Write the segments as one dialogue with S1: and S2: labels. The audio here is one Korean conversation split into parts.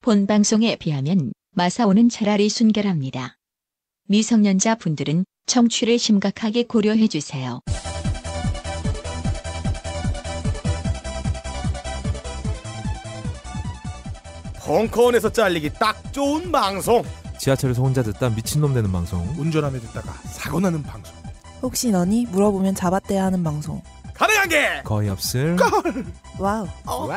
S1: 본 방송에 비하면 마사오는 차라리 순결합니다. 미성년자 분들은 청취를 심각하게 고려해 주세요.
S2: 벙커원에서 잘리기 딱 좋은 방송
S3: 지하철에서 혼자 듣다 미친놈 되는 방송
S4: 운전하며 듣다가 사고 나는 방송.
S5: 혹시 너니 물어보면 잡아떼야 하는 방송.
S2: 가능한 게
S3: 거의 없을
S5: 와우.
S2: 와우.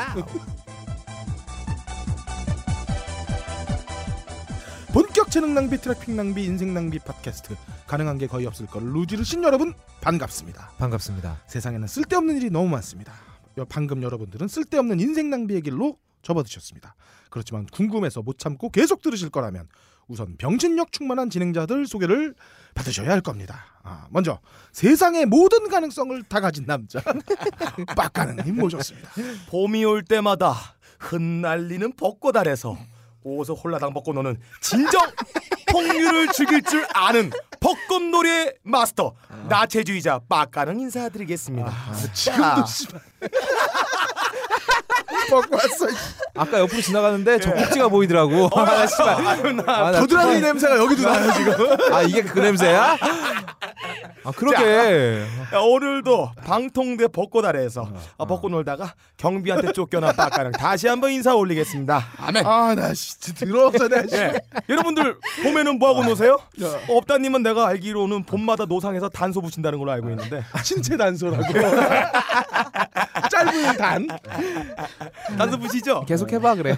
S4: 본격 재능 낭비, 트래핑 낭비, 인생 낭비 팟캐스트. 가능한 게 거의 없을 걸 루지르신 여러분 반갑습니다.
S3: 반갑습니다.
S4: 세상에는 쓸데없는 일이 너무 많습니다. 여- 방금 여러분들은 쓸데없는 인생 낭비의 길로 접어드셨습니다. 그렇지만 궁금해서 못 참고 계속 들으실 거라면 우선 병신력 충만한 진행자들 소개를 받으셔야 할 겁니다. 아, 먼저 세상의 모든 가능성을 다 가진 남자 빡가능님 모셨습니다.
S2: 봄이 올 때마다 흩날리는 벚꽃 아래서 옷을 홀라당 벗고 노는 진정 폭류를 즐길 줄 아는 벚꽃놀이의 마스터 나체주의자 빡가능 인사드리겠습니다.
S4: 아. 지금도
S2: 자,
S4: 씨발 먹고 왔어.
S3: 아까 옆으로 지나가는데 젖꼭지가 보이더라고. 아, 씨발.
S2: 아유, 나
S3: 아, 나
S4: 어, 부드러운 냄새가 여기도 나요 지금.
S3: 정말- 아 이게 그 냄새야? 아 그러게.
S2: 야, 오늘도 방통대 벚꽃 아래에서
S4: 어,
S2: 아, 벚꽃 놀다가 경비한테 쫓겨난 빡가능 다시 한번 인사 올리겠습니다. 아멘.
S4: 아나 진짜 더러워서 나 씨.
S2: 예. 여러분들 봄에는 뭐 하고 노세요? 업다님은 내가 알기로는 봄마다 노상에서 단소 붙인다는 걸로 알고 있는데
S4: 신체 단소라고. 짧은 단.
S2: 아, 단소 붙이죠?
S3: 계속 해봐 그래. 어.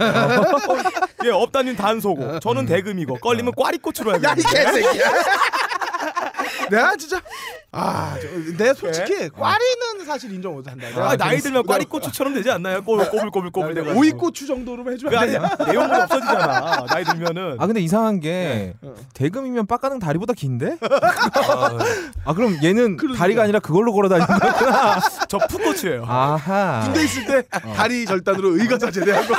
S2: 예, 업다님 단소고 저는 대금이고 걸리면 꽈리꽃으로 알고
S4: 야 이
S2: 있는데
S4: 개새끼야. 내가 진짜 아내 솔직히 꽈리는 사실 인정 못한다.
S2: 네? 아,
S4: 내가
S2: 나이 들면 꽈리꽃처럼 되지 않나요? 꼬- 꼬불꼬불꼬불
S4: 내가
S2: 되고
S4: 오이고추 정도로만 해주면
S2: 그
S4: 안
S2: 안에
S4: 되냐?
S2: 내용은 없어지잖아 나이 들면은
S3: 아 근데 이상한 게 대금이면 빡가는 다리보다 긴데? 아, 아 그럼 얘는
S4: 그러니까.
S3: 다리가 아니라 그걸로 걸어다니는 거야?
S2: 저 풋꽃이에요
S3: 아하.
S4: 군대 있을 때
S3: 어.
S4: 다리 절단으로 의가자 제대한 거.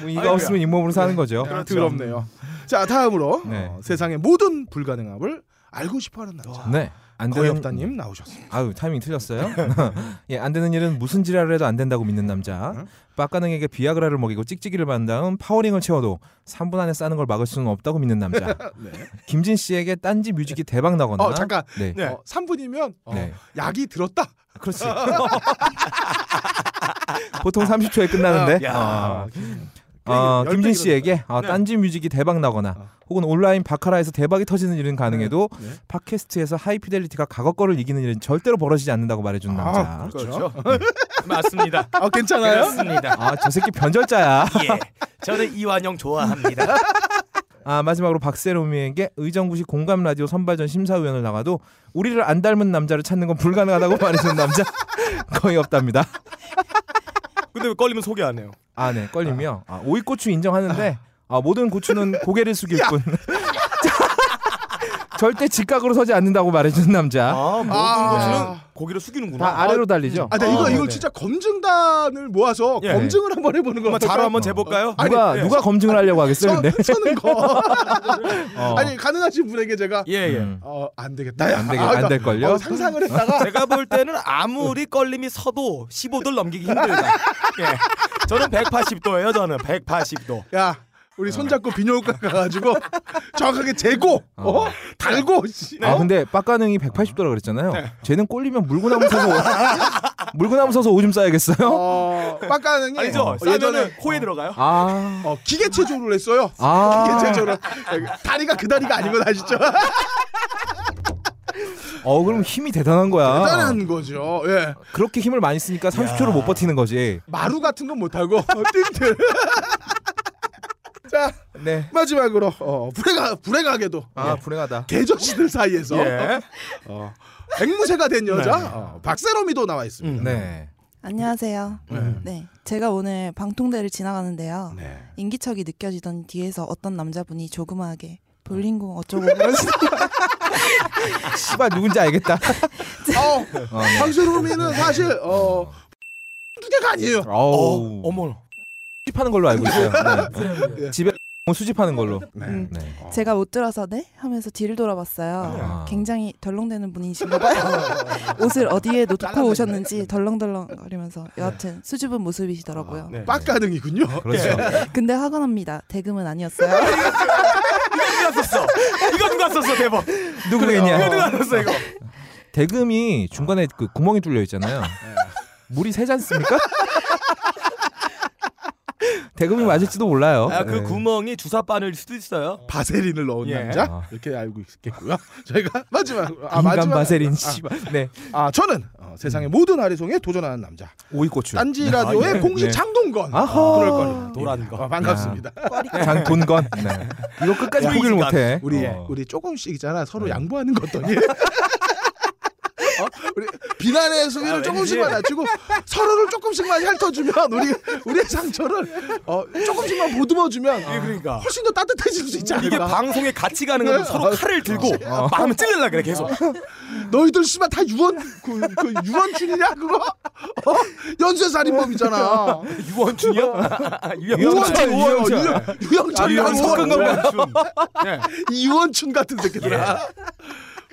S3: 뭐 이가 없으면 잇몸으로 사는 거죠.
S4: 아, 더럽네요. 자 다음으로
S3: 그렇죠. 네.
S4: 어, 세상의 모든 불가능함을 알고 싶어하는 남자
S3: 네. 안
S4: 거의
S3: 되는
S4: 없다님 나오셨습니다.
S3: 아유 타이밍 틀렸어요. 예, 안 되는 일은 무슨 지랄을 해도 안 된다고 믿는 남자. 빡가능에게 비아그라를 먹이고 찍찍이를 받은 다음 파워링을 채워도 3분 안에 싸는 걸 막을 수는 없다고 믿는 남자. 김진 씨에게 딴지 뮤직이 대박 나거나.
S4: 네. 어 잠깐
S3: 네.
S2: 네.
S4: 어, 3분이면 어,
S3: 네.
S4: 약이 들었다.
S3: 그렇지. 보통 30초에 끝나는데.
S2: 야.
S3: 어.
S4: 그
S3: 어,
S4: 얘기
S3: 김진
S4: 열대
S3: 씨에게 어,
S2: 네.
S3: 딴지 뮤직이 대박 나거나
S4: 어.
S3: 혹은 온라인 바카라에서 대박이 터지는 일은 가능해도
S4: 네. 네.
S3: 팟캐스트에서 하이피델리티가 과거거를 이기는 일은 절대로 벌어지지 않는다고 말해준
S4: 아,
S3: 남자.
S2: 그렇죠 맞습니다
S4: 아 괜찮아요?
S2: 그렇습니다
S3: 아 저 새끼 변절자야.
S2: 예 저는 이완영 좋아합니다
S3: 아 마지막으로 박세롬이에게 의정부시 공감 라디오 선발전 심사위원을 나가도 우리를 안 닮은 남자를 찾는 건 불가능하다고 말해준 남자 거의 없답니다.
S2: 근데 왜 걸리면 소개 안 해요
S3: 아 네 걸림이요. 아, 오이고추 인정하는데 아, 모든 고추는 고개를 숙일 뿐. 자, 절대 직각으로 서지 않는다고 말해준 남자.
S2: 아 모든
S4: 아.
S2: 것은 고기를 숙이는구나
S3: 다 아래로 달리죠.
S4: 아, 나 이거
S2: 어,
S4: 이걸
S2: 네네.
S4: 진짜 검증단을 모아서
S2: 예.
S4: 검증을 한번 해보는 거
S2: 한번 자로 한번 재볼까요?
S3: 누가
S4: 네.
S2: 예.
S3: 누가 검증을 하려고 하겠어요,
S2: 네,
S3: 근데.
S4: 는 거.
S3: 어.
S4: 네. 아니 가능하신 분에게 제가
S2: 예 예.
S3: 음.
S4: 어안 되겠다. 야.
S3: 안 되게
S4: 아,
S3: 안 될 걸요.
S4: 어, 상상을 했다가
S2: 제가 볼 때는 아무리 걸림이 서도 15도를 넘기기 힘들다. 예. 저는 180도예요. 저는 180도.
S3: 네.
S4: 야
S3: 어.
S4: 우리 손잡고 비뇨기과 가가지고 정확하게 재고 어?
S3: 어.
S4: 달고 씨.
S3: 아
S4: 어?
S3: 근데 빡가능이 180도라 그랬잖아요. 쟤는 꼴리면 물구나무 서서 오- 물구나무 서서 오줌 싸야겠어요.
S4: 어, 빡가능이
S2: 아니죠?
S4: 어,
S2: 싸면은 코에 들어가요?
S3: 아.
S4: 어, 기계체조를 했어요.
S3: 아.
S4: 기계체조를 다리가 그 다리가 아닌 건 아시죠?
S3: 어 그럼 힘이 대단한 거야.
S4: 대단한 거죠. 예.
S3: 그렇게 힘을 많이 쓰니까 30초를 못 버티는 거지.
S4: 마루 같은 건 못하고 어, 띵들. 자
S3: 네.
S4: 마지막으로 어, 불행하, 불행하게도 예,
S3: 아 불행하다.
S4: 개저씨들 사이에서
S2: 예.
S4: 어, 앵무새가 된 여자
S2: 네.
S4: 어, 박세롬이도 나와 있습니다.
S3: 네.
S5: 안녕하세요.
S4: 네.
S5: 네. 제가 오늘 방통대를 지나가는데요.
S4: 네.
S5: 인기척이 느껴지던 뒤에서 어떤 남자분이 조그마하게 볼링공 어쩌고 그러시더니
S3: 씨발 누군지 알겠다.
S4: 어,
S3: 어, 네.
S4: 박세롬이는 사실 어, 두 개가 아니에요.
S2: 어,
S3: 어우.
S2: 어머.
S3: 씹하는 걸로 알고 있어요. 네. 집에 수집하는 걸로.
S5: 음,
S4: 네.
S3: 네.
S4: 어.
S5: 제가 못 들어서 네 하면서 뒤를 돌아봤어요.
S3: 아.
S5: 굉장히 덜렁대는 분이신가봐요. 옷을 어디에 놓고
S4: 잘랐네. 네.
S5: 오셨는지 덜렁덜렁거리면서 여하튼 수줍은 모습이시더라고요.
S4: 아,
S2: 네.
S4: 빡가능이군요. 예.
S3: 그렇죠.
S5: 근데 하관합니다. 대금은 아니었어요.
S2: 이거 누가 썼어? 이거 누가 썼어? 대박. 이거
S3: 누구겠냐?
S2: 누가 썼어 이거?
S3: 대금이 중간에 그 구멍이 뚫려 있잖아요. 물이 새지 않습니까? 대금이 맞을지도 몰라요.
S2: 아, 그
S3: 네.
S2: 구멍이 주사 바늘 수도 있어요.
S4: 바세린을 넣은
S2: 예.
S4: 남자
S3: 아.
S4: 이렇게 알고 있겠고요. 저희가 마지막으로 아,
S3: 인간
S4: 마지막
S3: 바세린 음. 씨발. 네.
S4: 아 저는 어, 세상의 모든 아리송에 도전하는 남자
S3: 오이고추.
S4: 딴지 라디오의
S3: 네.
S4: 공식
S3: 네.
S4: 장동건
S3: 아하.
S4: 그럴 거예요.
S2: 도란 거.
S4: 어, 반갑습니다.
S3: 장돈건. 네. 이거 끝까지
S2: 야,
S3: 포기를 못 해.
S4: 우리
S3: 어.
S4: 우리 조금씩이잖아 서로
S3: 네.
S4: 양보하는 것 더니 어? 우리 비난의
S2: 아,
S4: 수위를
S2: 왠지.
S4: 조금씩만 낮추고 서로를 조금씩만 핥아주면 우리 우리의 상처를 어, 조금씩만 보듬어주면 아,
S2: 이게 그러니까.
S4: 훨씬 더 따뜻해질 수 있지 않을까?
S2: 이게 방송에 같이 가는 건 서로 칼을 들고 마음을 찔러려 그래 계속.
S4: 너희들 씨발 다 유언 그, 그 유언춘이냐 그거 어? 연쇄살인범이잖아.
S2: 유원춘이요? 유원춘.
S3: 유원춘, 유원춘.
S2: 아,
S4: 유영철이랑
S2: 유원춘 섞은
S4: 오원,
S2: 건가요?
S4: 네. 이원춘 같은 새끼들아.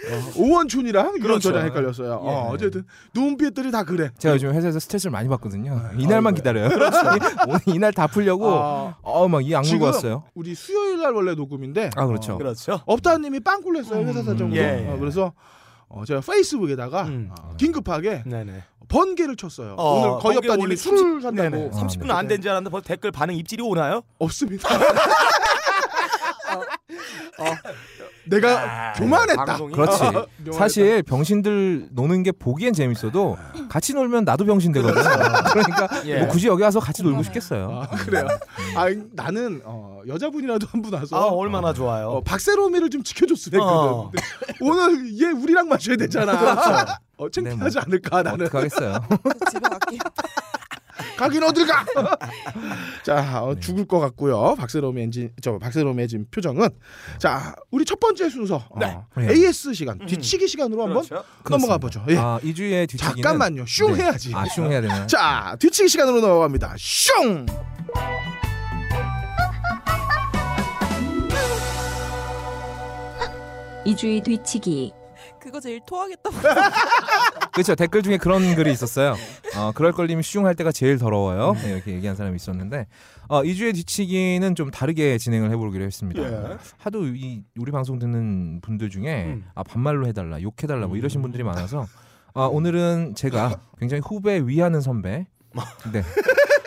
S4: 어, 오원춘이랑
S2: 예. 그렇죠.
S4: 유영철이랑 헷갈렸어요. 어, 어쨌든 눈빛들이 다 그래.
S3: 제가 요즘 회사에서 스트레스를 많이 받거든요. 이날만 기다려요. 그렇죠. 오늘 이날 다 풀려고
S4: 어,
S3: 어막이 악물고
S4: 지금
S3: 왔어요.
S4: 우리 수요일 날 원래 녹음인데
S3: 아 그렇죠.
S2: 그렇죠.
S4: 업다님이 빵꾸 냈어요 회사 사정으로.
S2: 예, 예.
S4: 어, 그래서 어, 제가 페이스북에다가
S2: 음.
S4: 어, 긴급하게
S2: 네네.
S4: 번개를 쳤어요.
S2: 어,
S4: 오늘 거의
S2: 번개 원래
S4: 업다님이 술을
S2: 삼십-
S4: 산다고 아,
S2: 네네.
S3: 삼십-
S2: 10분 안 된 줄 알았는데 벌써 댓글 반응 입질이 오나요?
S4: 없습니다. 어, 내가 교만했다.
S2: 아, 방송이.
S3: 그렇지.
S4: 명언했다.
S3: 사실 병신들 노는 게 보기엔 재밌어도 같이 놀면 나도 병신 되거든. 그러니까
S2: 예.
S3: 뭐 굳이 여기 와서 같이 놀고
S5: 공감해요.
S3: 싶겠어요.
S2: 음.
S4: 아, 그래요. 아 나는 어, 여자분이라도 한 분 와서
S2: 아 얼마나 좋아요.
S4: 어, 박세롬이를 좀 지켜줬으면
S2: 어.
S4: 했거든. 근데 오늘 얘 우리랑 마셔야
S2: 그렇죠.
S4: 되잖아. 어,
S2: 네,
S4: 창피하지 않을까 나는.
S3: 어떡하겠어요.
S5: 집에 갈게요.
S4: 가긴 어딜 가. 자
S2: 네.
S4: 어, 죽을 것 같고요. 박세롬의 엔진 저 박세롬의 지금 표정은 자 우리 첫 번째 순서 어,
S2: 네.
S3: 예.
S4: AS 시간
S2: 음.
S4: 뒤치기 시간으로 한번
S2: 그렇죠.
S4: 넘어가 보죠. 예.
S3: 아, 2주에 뒤치기는
S4: 잠깐만요. 슝
S3: 네.
S4: 해야지.
S3: 아, 슝 해야 되나요?
S4: 자 뒤치기 시간으로 넘어갑니다. 슝.
S6: 이주의 뒤치기
S5: 그거 제일 토하겠다.
S3: 그렇죠. 댓글 중에 그런 글이 있었어요. 어, 그럴 걸림 슝할 때가 제일 더러워요. 네, 이렇게 얘기한 사람이 있었는데 어, 2주에 뒤치기는 좀 다르게 진행을 해보기로 했습니다.
S4: 예.
S3: 하도 이 우리 방송 듣는 분들 중에
S2: 음.
S3: 아 반말로 해달라, 욕해달라 뭐
S4: 음.
S3: 이러신 분들이 많아서 아, 오늘은 제가 굉장히 후배 위하는 선배. 네,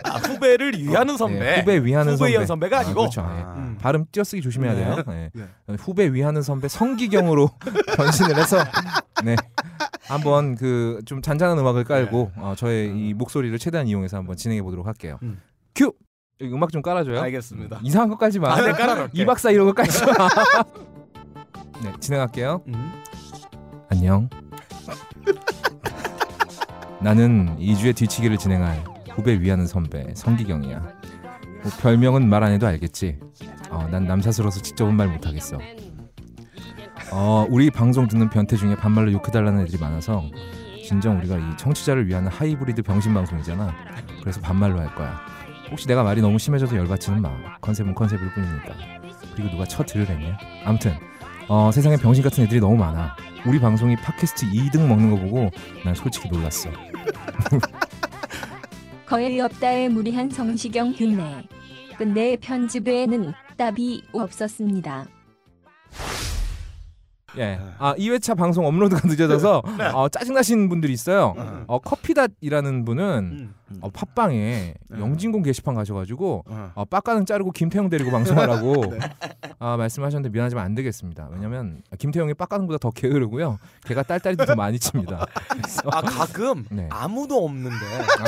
S2: 아, 후배를 위하는 선배.
S3: 네, 후배 위하는
S2: 후배 위한
S3: 선배.
S2: 선배가
S3: 아,
S2: 아니고.
S3: 그렇죠. 예.
S2: 음.
S3: 발음 띄어쓰기 조심해야 돼요. 예.
S4: 네.
S3: 어, 후배 위하는 선배 성기경으로 변신을 해서 네. 한번 그 좀 잔잔한 음악을 깔고 어, 저의 이 목소리를 최대한 이용해서 한번 진행해 보도록 할게요.
S2: 네. 음.
S3: 큐. 여기 음악 좀 깔아줘요.
S2: 알겠습니다.
S3: 이상한 거 깔지 마.
S2: 아, 네, 깔아놓을게.
S3: 2박 4일 이런 거 깔지 마. 네, 진행할게요.
S2: 음.
S3: 안녕. 나는 2주의 뒤치기를 진행할 후배 위하는 선배 성기경이야. 뭐 별명은 말 안 해도 알겠지. 어, 난 남사스러워서 직접은 말 못하겠어. 어, 우리 방송 듣는 변태 중에 반말로 욕해달라는 애들이 많아서 진정 우리가 이 청취자를 위한 하이브리드 병신 방송이잖아. 그래서 반말로 할 거야. 혹시 내가 말이 너무 심해져도 열받지는 마. 컨셉은 컨셉일 뿐이니까. 그리고 누가 쳐들을 했냐? 아무튼 어, 세상에 병신 같은 애들이 너무 많아. 우리 방송이 팟캐스트 2등 먹는 거 보고 난 솔직히 놀랐어.
S6: 거의 없다의 무리한 성시경 흉내 끝내 편집에는 답이 없었습니다.
S3: 예. 아, 2회차 방송 업로드가 늦어져서 어, 짜증나신 분들이 있어요. 어, 커피닷이라는 분은
S2: 음.
S3: 어, 팟빵에 영진공 게시판 가셔가지고
S4: 어.
S3: 어, 빡가는 자르고 김태형 데리고 방송하라고 아, 말씀하셨는데 미안하지만 안 되겠습니다. 왜냐면 김태형이 빡가는보다 더 게으르고요. 걔가 딸딸이도 더 많이 칩니다. 그래서
S2: 아 가끔
S3: 네.
S2: 아무도 없는데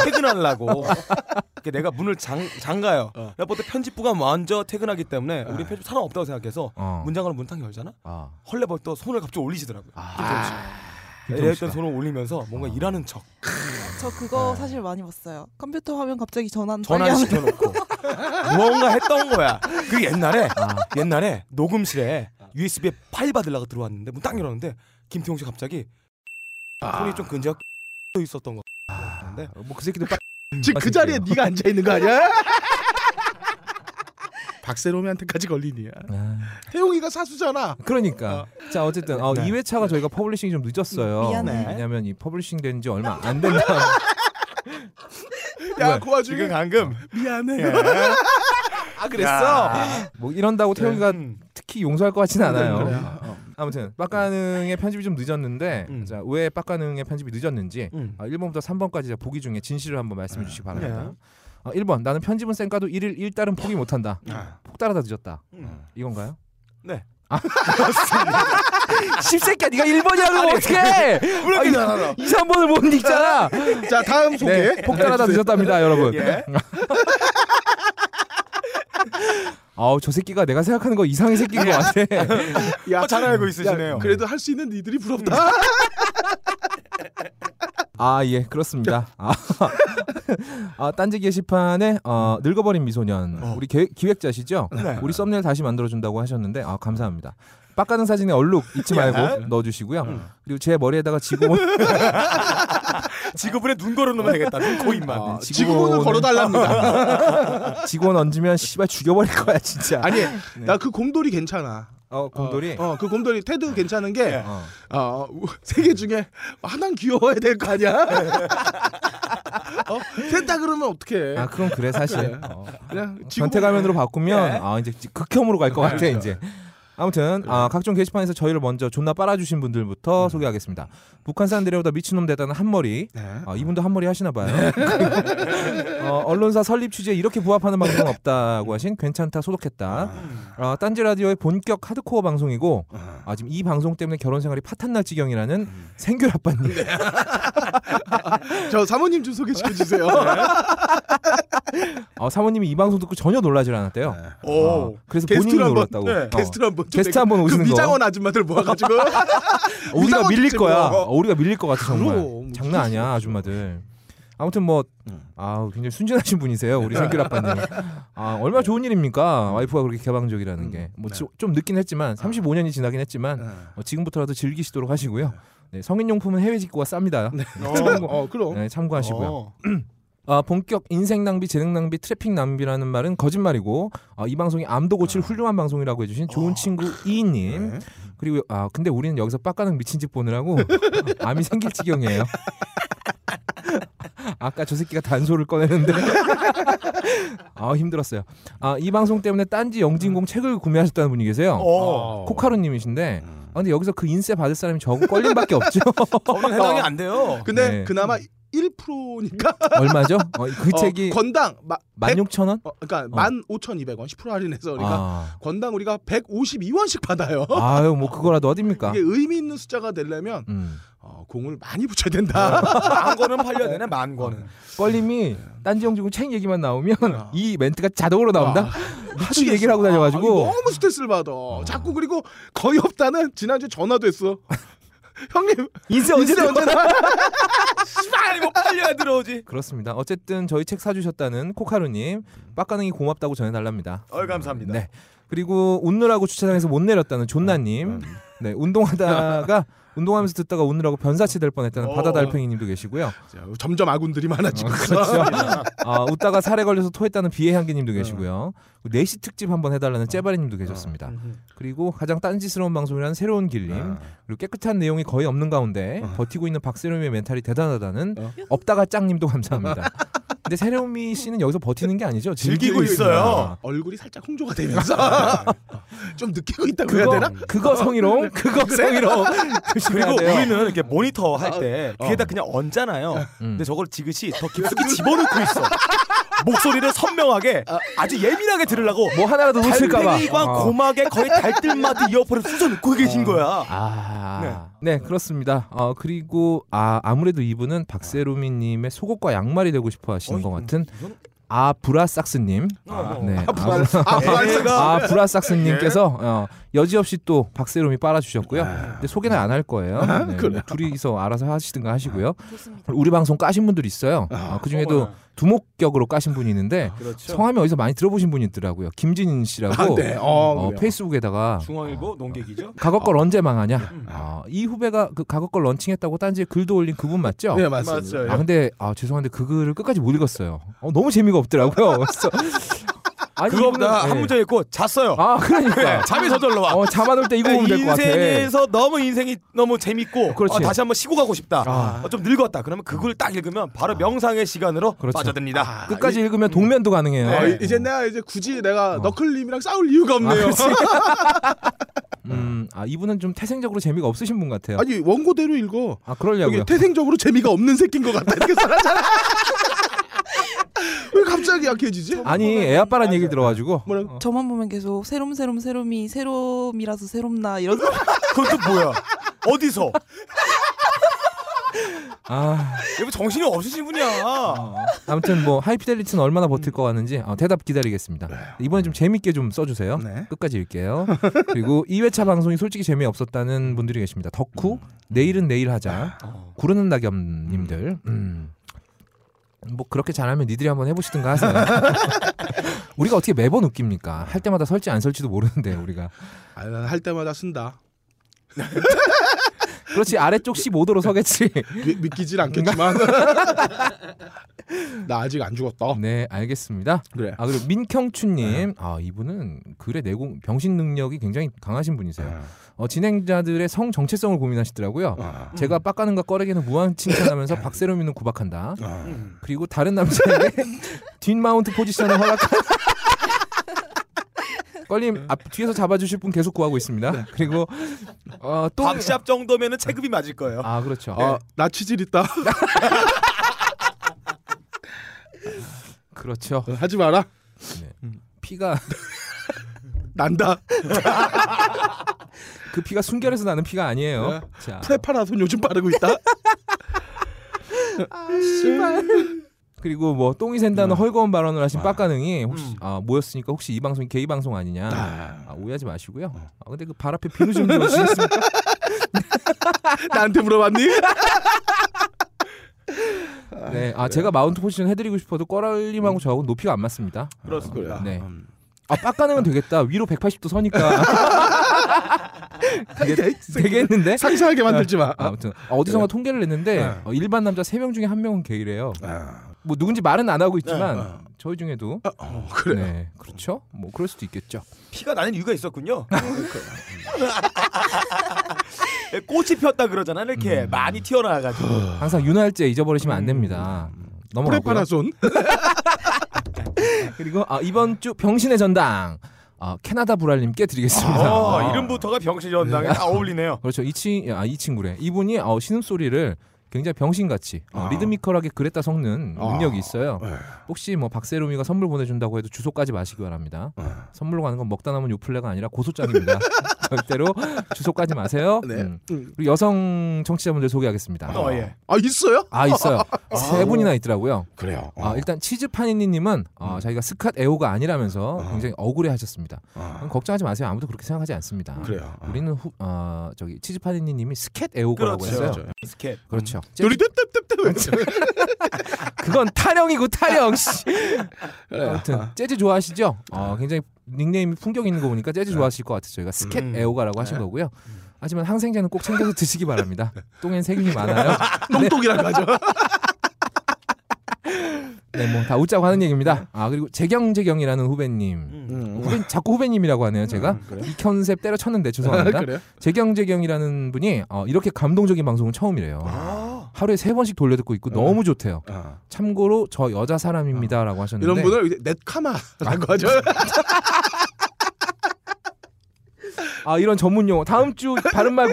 S2: 퇴근하려고 이렇게 내가 문을 장, 잠가요.
S4: 어.
S2: 내가 보통 편집부가 먼저 퇴근하기 때문에 우리 편집 사람 없다고 생각해서
S3: 어.
S2: 문장을 문탕 열잖아.
S3: 아,
S2: 헐레벌떡 손을 갑자기 올리시더라고요.
S3: 김태형
S2: 이랬던
S3: 씨가. 아.
S2: 손을 올리면서 뭔가 일하는 척
S5: 저 그거 사실 많이 봤어요. 컴퓨터 화면 갑자기 전환 빨리
S2: 네. 전화를
S5: 하는
S2: 시켜놓고 무언가 했던 거야. 그 옛날에 옛날에 녹음실에 USB에 파일 받으려고 들어왔는데 문 딱 열었는데 김태용 씨 갑자기 손이 좀 근적 져 있었던 거. 같은데
S3: 뭐 뭐그 새끼도 빡.
S4: 지금 그
S3: 맞을게요.
S4: 자리에 네가 앉아 있는 거 아니야? 박세롬이한테까지 걸리니
S3: 아,
S4: 태용이가 사수잖아
S3: 그러니까 자 어쨌든 어,
S4: 네.
S3: 2회차가 저희가 퍼블리싱이 좀 늦었어요.
S5: 미안해.
S3: 왜냐면 이 퍼블리싱 된 지 얼마 안 된다. 왜?
S4: 야그 와중에
S2: 지금 방금
S4: 미안해
S2: 예.
S4: 아
S2: 야.
S3: 뭐 이런다고 태용이가
S2: 음.
S3: 특히 용서할 것 같진
S2: 네,
S4: 그래요.
S3: 않아요. 아무튼 빡가능의 편집이 좀 늦었는데
S2: 음.
S3: 자, 왜 빡가능의 편집이 늦었는지
S2: 음. 네.
S3: 아, 1번부터 3번까지 자, 보기 중에 진실을 한번 말씀해 주시기 바랍니다. 아, 1번 나는 편집은 쌩까도 1일 1달은 포기 못한다. 폭달하다 늦었다.
S2: 네. 음.
S3: 이건가요? 아,
S2: 네.
S3: 십새끼야 네가 1번이라고 어떻게 아,
S2: 왜 이렇게 잘하나?
S3: 2, 3번을 못 읽잖아.
S4: 자 다음 소개
S3: 네, 폭달하다 늦었답니다, 여러분.
S2: 예.
S3: 아우 저 새끼가 내가 생각하는 거 이상의 새끼인 것 같아.
S4: 야,
S2: 어, 잘 알고 있으시네요.
S4: 야, 그래도 할 수 있는 니들이
S3: 음,
S4: 부럽다
S3: 아 예 그렇습니다. 아, 아, 딴지 게시판에 어, 늙어버린 미소년 우리 개- 기획자시죠?
S2: 네.
S3: 우리 썸네일 다시 만들어준다고 하셨는데 아 감사합니다. 빡가는 사진에 얼룩 잊지 말고 넣어주시고요. 그리고 제 머리에다가 지구본
S2: 지구분에 눈 걸어 놓으면 되겠다. 눈, 코, 입만.
S3: 아, 지구본을-
S4: 지구본을 걸어달랍니다
S3: 지구본 얹으면 씨발 죽여버릴 거야 진짜.
S4: 아니 나 그 곰돌이 괜찮아
S3: 어 네. 곰돌이. 네. 어,
S4: 어그 곰돌이 테드 괜찮은
S2: 예.
S4: 게어세개 중에 하나는 귀여워야 될 거 아니야 어? 셋다 그러면 어떡해
S3: 아 그럼 그래 사실.
S4: 네.
S3: 어.
S4: 그냥 지구본-
S3: 전태가면으로 바꾸면
S4: 네.
S2: 예.
S3: 아 이제 지- 극혐으로 갈 것 같아
S4: 그러니까.
S3: 이제. 아무튼
S4: 그렇죠.
S3: 아, 각종 게시판에서 저희를 먼저 존나 빨아주신 분들부터 소개하겠습니다. 북한 사람들보다 미친놈 대단한 한머리.
S4: 음. 네.
S3: 아, 이분도 한머리 하시나 봐요. 어, 언론사 설립 취지에 이렇게 부합하는 방송은 없다고 하신 괜찮다 소독했다.
S4: 음.
S3: 어, 딴지 라디오의 본격 하드코어 방송이고 아, 지금 이 방송 때문에 결혼 생활이 파탄 날 지경이라는
S4: 음.
S3: 생귤 아빠님.
S4: 네. 저 사모님 좀 소개시켜 주세요
S3: 어, 사모님이 이 방송 듣고 전혀 놀라질 않았대요.
S2: 오.
S3: 어, 그래서 본인이
S4: 네. 게스트로 한번
S3: 놀랐다고.
S4: 네,
S3: 어.
S4: 게스트로 한번 좀
S3: 게스트 한번
S4: 내가-
S3: 오시는 거.
S4: 그 미장원 아줌마들 모아가지고
S3: 어, 우리가
S4: 이상한
S3: 밀릴
S4: 짓지
S3: 거야.
S4: 뭐.
S3: 어, 우리가 밀릴 것 같아 정말.
S4: 그럼. 음.
S3: 장난 아니야 아줌마들. 아무튼 뭐 아우 굉장히 순진하신 분이세요 우리
S4: 네.
S3: 생귤 아빠님. 아 얼마 나 좋은 일입니까
S4: 음.
S3: 와이프가 그렇게 개방적이라는 게.
S4: 네.
S3: 뭐 좀 늦긴
S4: 아.
S3: 했지만 35년이 지나긴 했지만 어, 지금부터라도 즐기시도록 하시고요. 네, 성인용품은 해외 직구가 쌉니다. 참고,
S4: 어, 그럼
S3: 네, 참고하시고요.
S2: 어.
S3: 아, 본격 인생 낭비, 재능 낭비, 트래핑 낭비라는 말은 거짓말이고 아, 이 방송이 암도 고칠 훌륭한 방송이라고 해주신 좋은 친구 이인님
S4: 네.
S3: 그리고 아 근데 우리는 여기서 빡가는 미친 짓 보느라고 암이 생길 지경이에요. 아까 저 새끼가 단소를 꺼내는데 아 힘들었어요. 아 이 방송 때문에 딴지 영진공 책을 구매하셨다는 분이 계세요.
S2: 어.
S3: 코카루님이신데 아, 근데 여기서 그 인세 받을 사람이 저거 껄림밖에 없죠.
S2: 저는 해당이 안 돼요.
S4: 근데
S3: 네.
S4: 그나마 1%니까
S3: 얼마죠? 어, 그 책이
S4: 건당 마,
S3: 16,000원?
S4: 어, 그러니까
S3: 어.
S4: 15,200원 10% 할인해서 그러니까
S3: 아,
S4: 건당 우리가 152원씩 받아요.
S3: 아유 뭐 그거라도 어딥니까?
S4: 이게 의미 있는 숫자가 되려면
S3: 음.
S4: 어, 공을 많이
S3: 어,
S4: 붙여야 된다.
S2: 만 거는 팔려야 되네. 만 거는.
S3: 껄림이 딴지 영진공 책 얘기만 나오면
S4: 네. 아.
S3: 이 멘트가 자동으로 나온다. 하도
S4: 미치겠어.
S3: 얘기를 하고 다녀가지고 어.
S4: 아, 너무 스트레스를 받아. 자꾸 그리고 거의 없다는 지난주 에 전화도 했어. 형님
S3: 인세
S4: 인생 언제나
S2: 씨발 이거 팔려야 들어오지.
S3: 그렇습니다. 어쨌든 저희 책 사주셨다는 코카루님,
S4: 음.
S3: 빡가능이 고맙다고 전해달랍니다.
S2: 얼 어, 감사합니다.
S3: 네. 그리고 웃느라고 주차장에서 못 내렸다는 존나님,
S4: 음.
S3: 네 운동하다가 운동하면서 듣다가 웃느라고 변사치 될 뻔했다는
S2: 어.
S3: 바다달팽이님도 계시고요.
S4: 자, 점점 아군들이 많아지고
S3: 그렇죠. 아, 웃다가 살에 걸려서 토했다는 비의
S2: 네.
S3: 향기님도 계시고요. 네시 특집 한번
S2: 아.
S3: 해달라는 째바리님도 계셨습니다. 그리고 가장 딴지스러운 방송이라는 새로운
S2: 아.
S3: 길님, 그리고 깨끗한 내용이 거의 없는 가운데 버티고 있는 박세롬의 멘탈이 대단하다는
S4: 어.
S3: 없다가 짱님도 감사합니다. 근데 세롬이 씨는 여기서 버티는 게 아니죠.
S2: 즐기고 있어요.
S4: 얼굴이 살짝 홍조가 되면서 좀 느끼고 있다고 해야
S3: 그거
S4: 되나?
S3: 그거 성희롱, 그거 성희롱.
S2: 네? 그리고
S3: 조심해야 돼요. 아, 어.
S2: 우리는 이렇게 모니터 할 때 귀에다 그냥 얹잖아요.
S3: 음.
S2: 근데 저걸 지그시 더 깊숙이 집어넣고 있어. 목소리를 선명하게 아주 예민하게 들으려고
S3: 뭐 하나라도 놓칠까봐.
S2: 달팽이관
S3: 어.
S2: 고막에 거의 달뜰마드 이어폰을 쑤셔 넣고 계신 거야.
S3: 아, 네. 그렇습니다. 어, 그리고 아 아무래도 이분은 박세로미님의 속옷과 양말이 되고 싶어하시는 것 같은 아 브라삭스님.
S2: 어, 어.
S3: 네. 아,
S4: 아,
S3: 브라-
S4: 아,
S3: 아 브라삭스님께서 어, 여지없이 또 박세롬이 빨아주셨고요. 근데 소개는 안 할 거예요. 네,
S4: 그래요?
S3: 둘이서 알아서 하시든가 하시고요.
S5: 좋습니다.
S3: 우리 방송 까신 분들 있어요. 어, 그 중에도
S2: 어머나.
S3: 두목격으로 까신 분이 있는데
S2: 그렇죠.
S3: 성함이 어디서 많이 들어보신 분이 있더라고요. 김진인 씨라고
S4: 아, 네. 어,
S3: 어,
S4: 그래요.
S3: 페이스북에다가
S2: 중앙일보 농객이죠.
S3: 가거걸 언제 망하냐? 아, 이 후배가 그가거걸 런칭했다고 딴지에 글도 올린 그분 맞죠?
S4: 네 맞습니다.
S2: 맞아요.
S3: 아 근데 아 죄송한데 그 글을 끝까지 못 읽었어요. 어, 너무 재미가 없더라고요. 그래서 아니,
S2: 그거보다
S3: 이거는-
S2: 한
S3: 예.
S2: 문제 읽고 잤어요. 네,
S3: 아 그러니까.
S2: 잠이 저절로 와.
S3: 어, 잠 안 올 때 이거 보면 될 것 같아.
S2: 네, 인생에서 너무 인생이 너무 재밌고
S3: 그렇지.
S2: 어, 다시 한번 쉬고 가고 싶다.
S3: 아.
S2: 어, 좀 늙었다. 그러면 그걸 딱 읽으면 바로 명상의 시간으로
S3: 그렇죠.
S2: 빠져듭니다.
S3: 끝까지 읽으면 동면도 가능해요.
S4: 어,
S2: 네.
S4: 이제 내가 이제 굳이 내가
S3: 어.
S4: 너클님이랑 싸울 이유가 없네요.
S3: 음, 아 이분은 좀 태생적으로 재미가 없으신 분 같아요.
S4: 아니 원고대로 읽어.
S3: 아
S4: 여기
S3: 그러려고요.
S4: 태생적으로 재미가 없는 새끼인 것 같다 이렇게 살았잖아. 왜 갑자기 약해지지?
S3: 아니 애 아빠란 얘기 들어가지고.
S4: 뭐라고?
S3: 어.
S5: 저만 보면 계속 새롬 새롬 새롬이 새롬이라서 새롬나 이런
S2: 그건 또 뭐야? 어디서?
S3: 아
S2: 여러분 정신이 없으신 분이야.
S3: 어. 아무튼 뭐 하이피델리티는 얼마나 버틸 것 같는지 어, 대답 기다리겠습니다. 이번에 좀 재밌게 좀 써주세요.
S4: 네.
S3: 끝까지 읽게요. 그리고 2회차 방송이 솔직히 재미없었다는 분들이 계십니다. 덕후 내일은 내일 하자. 구르는 낙엽님들. 음. 뭐 그렇게 잘하면 니들이 한번 해보시든가 하세요. 우리가 어떻게 매번 웃깁니까? 할 때마다 설지 안 설지도 모르는데 우리가.
S4: 아, 난할 때마다 쓴다.
S3: 그렇지 아래쪽 15도로 서겠지.
S4: 미- 믿기질 않겠지만 나 아직 안 죽었다.
S3: 네 알겠습니다.
S4: 그래.
S3: 아 그리고 민경춘님, 아 이분은 글의 내공 병신 능력이 굉장히 강하신
S4: 네.
S3: 분이세요. 어, 진행자들의 성 정체성을 고민하시더라고요.
S4: 아.
S3: 제가 빡가는가 꺼레기는 무한 칭찬하면서 박세롬이는 구박한다.
S4: 아.
S3: 그리고 다른 남자에게 뒷마운트 포지션을 허락한 껄림 앞 뒤에서 잡아주실 분 계속 구하고 있습니다. 그리고 어, 또
S2: 박샵 정도면은 체급이 맞을 거예요.
S3: 아 그렇죠.
S4: 아, 나 치질 있다.
S3: 그렇죠.
S4: 하지 마라.
S3: 피가
S4: 난다.
S3: 그 피가 순결해서 나는 피가 아니에요.
S4: 네.
S3: 자.
S4: 프레파라손 요즘 바르고 있다.
S3: 그리고 뭐 똥이 샌다는 헐거운 발언을 하신 빡가능이 혹시 아, 모였으니까 혹시 이 방송이 게이 방송 아니냐 아, 오해하지 마시고요. 아, 근데 그 발 앞에 비누 좀 넣어주셨습니까?
S4: 나한테 물어봤니?
S3: 네, 아 제가 마운트 포지션 해드리고 싶어도 꺼랄님하고 저하고 높이가 안 맞습니다.
S2: 그렇습니다.
S3: 네.
S4: 음.
S3: 아 빡가능은 되겠다. 위로 180도 서니까
S4: 네,
S3: 되게, 되겠는데?
S4: 상상하게 만들지 마.
S3: 아, 아무튼 아, 어디선가 통계를 냈는데
S4: 네.
S3: 어, 일반 남자 3명 중에 한 명은 게이래요.
S4: 아.
S3: 뭐 누군지 말은 안 하고 있지만
S4: 네, 어.
S3: 저희 중에도
S4: 아, 어, 그래.
S3: 네, 그렇죠. 뭐 그럴 수도 있겠죠.
S2: 피가 나는 이유가 있었군요. 음. 꽃이 폈다 그러잖아. 이렇게 많이 튀어나와가지고.
S3: 항상 윤활제 잊어버리시면 안 됩니다. 넘어가고요.
S4: 네. 음, 프레파라손.
S3: 그리고 아, 이번 주 병신의 전당 아, 캐나다 불알님께 드리겠습니다.
S4: 아,
S3: 아,
S2: 어, 이름부터가 병신 연당에 다 어울리네요.
S3: 그렇죠. 이, 친, 아, 이 친구래. 이분이 어, 신음소리를 굉장히 병신같이 어,
S4: 아.
S3: 리드미컬하게 그랬다 섞는
S4: 아.
S3: 능력이 있어요.
S4: 네.
S3: 혹시 뭐 박세롬이가 선물 보내준다고 해도 주소까지 마시기 바랍니다.
S4: 아.
S3: 선물로 가는 건 먹다 남은 요플레가 아니라 고소장입니다. 절대로 주소까지 마세요.
S4: 네.
S3: 음.
S4: 음.
S3: 그리고 여성 청취자분들 소개하겠습니다.
S2: 어, 예.
S4: 아 있어요?
S3: 아 있어요. 세 분이나 있더라고요.
S4: 그래요. 어. 음.
S3: 아, 일단 치즈파니니님은 어, 자기가 스캇 애호가 아니라면서
S4: 어.
S3: 굉장히 억울해하셨습니다.
S4: 아.
S3: 걱정하지 마세요. 아무도 그렇게 생각하지 않습니다.
S4: 그래요. 아.
S3: 우리는 후, 어, 저기 치즈파니니님이 스캇 애호가라고
S2: 그렇죠.
S3: 했어요.
S4: 그렇죠. 음.
S2: 스캣.
S3: 그렇죠. 쟤-
S4: 요리 떱떱떱떱.
S3: 그건 타령이고 타령. 씨.
S4: 그래요.
S3: 아무튼
S4: 아.
S3: 재즈 좋아하시죠?
S2: 네.
S3: 어, 굉장히 닉네임이 풍경 있는 거 보니까 재즈 좋아하실 것 같아요. 저희가 스캣
S2: 음.
S3: 애호가라고 하신 거고요. 하지만 항생제는 꼭 챙겨서 드시기 바랍니다.
S2: 네.
S3: 똥엔 세균이 많아요.
S4: 똥똥이라고 하죠.
S3: 네, 뭐 다 웃자고 하는 얘기입니다. 아 그리고 재경재경이라는 후배님.
S2: 음.
S4: 음.
S3: 후배, 자꾸 후배님이라고 하네요 제가 이 컨셉 때려쳤는데 죄송합니다
S4: 그래요?
S3: 재경재경이라는 분이 어, 이렇게 감동적인 방송은 처음이래요
S2: 아,
S3: 하루에 세 번씩 돌려듣고 있고 너무 좋대요
S4: 아.
S3: 참고로 저 여자 사람입니다
S2: 아.
S3: 라고 하셨는데
S4: 이런 분을 이제 넷카마라고 하죠.
S3: 아 이런 전문 용어 다음 주 바른말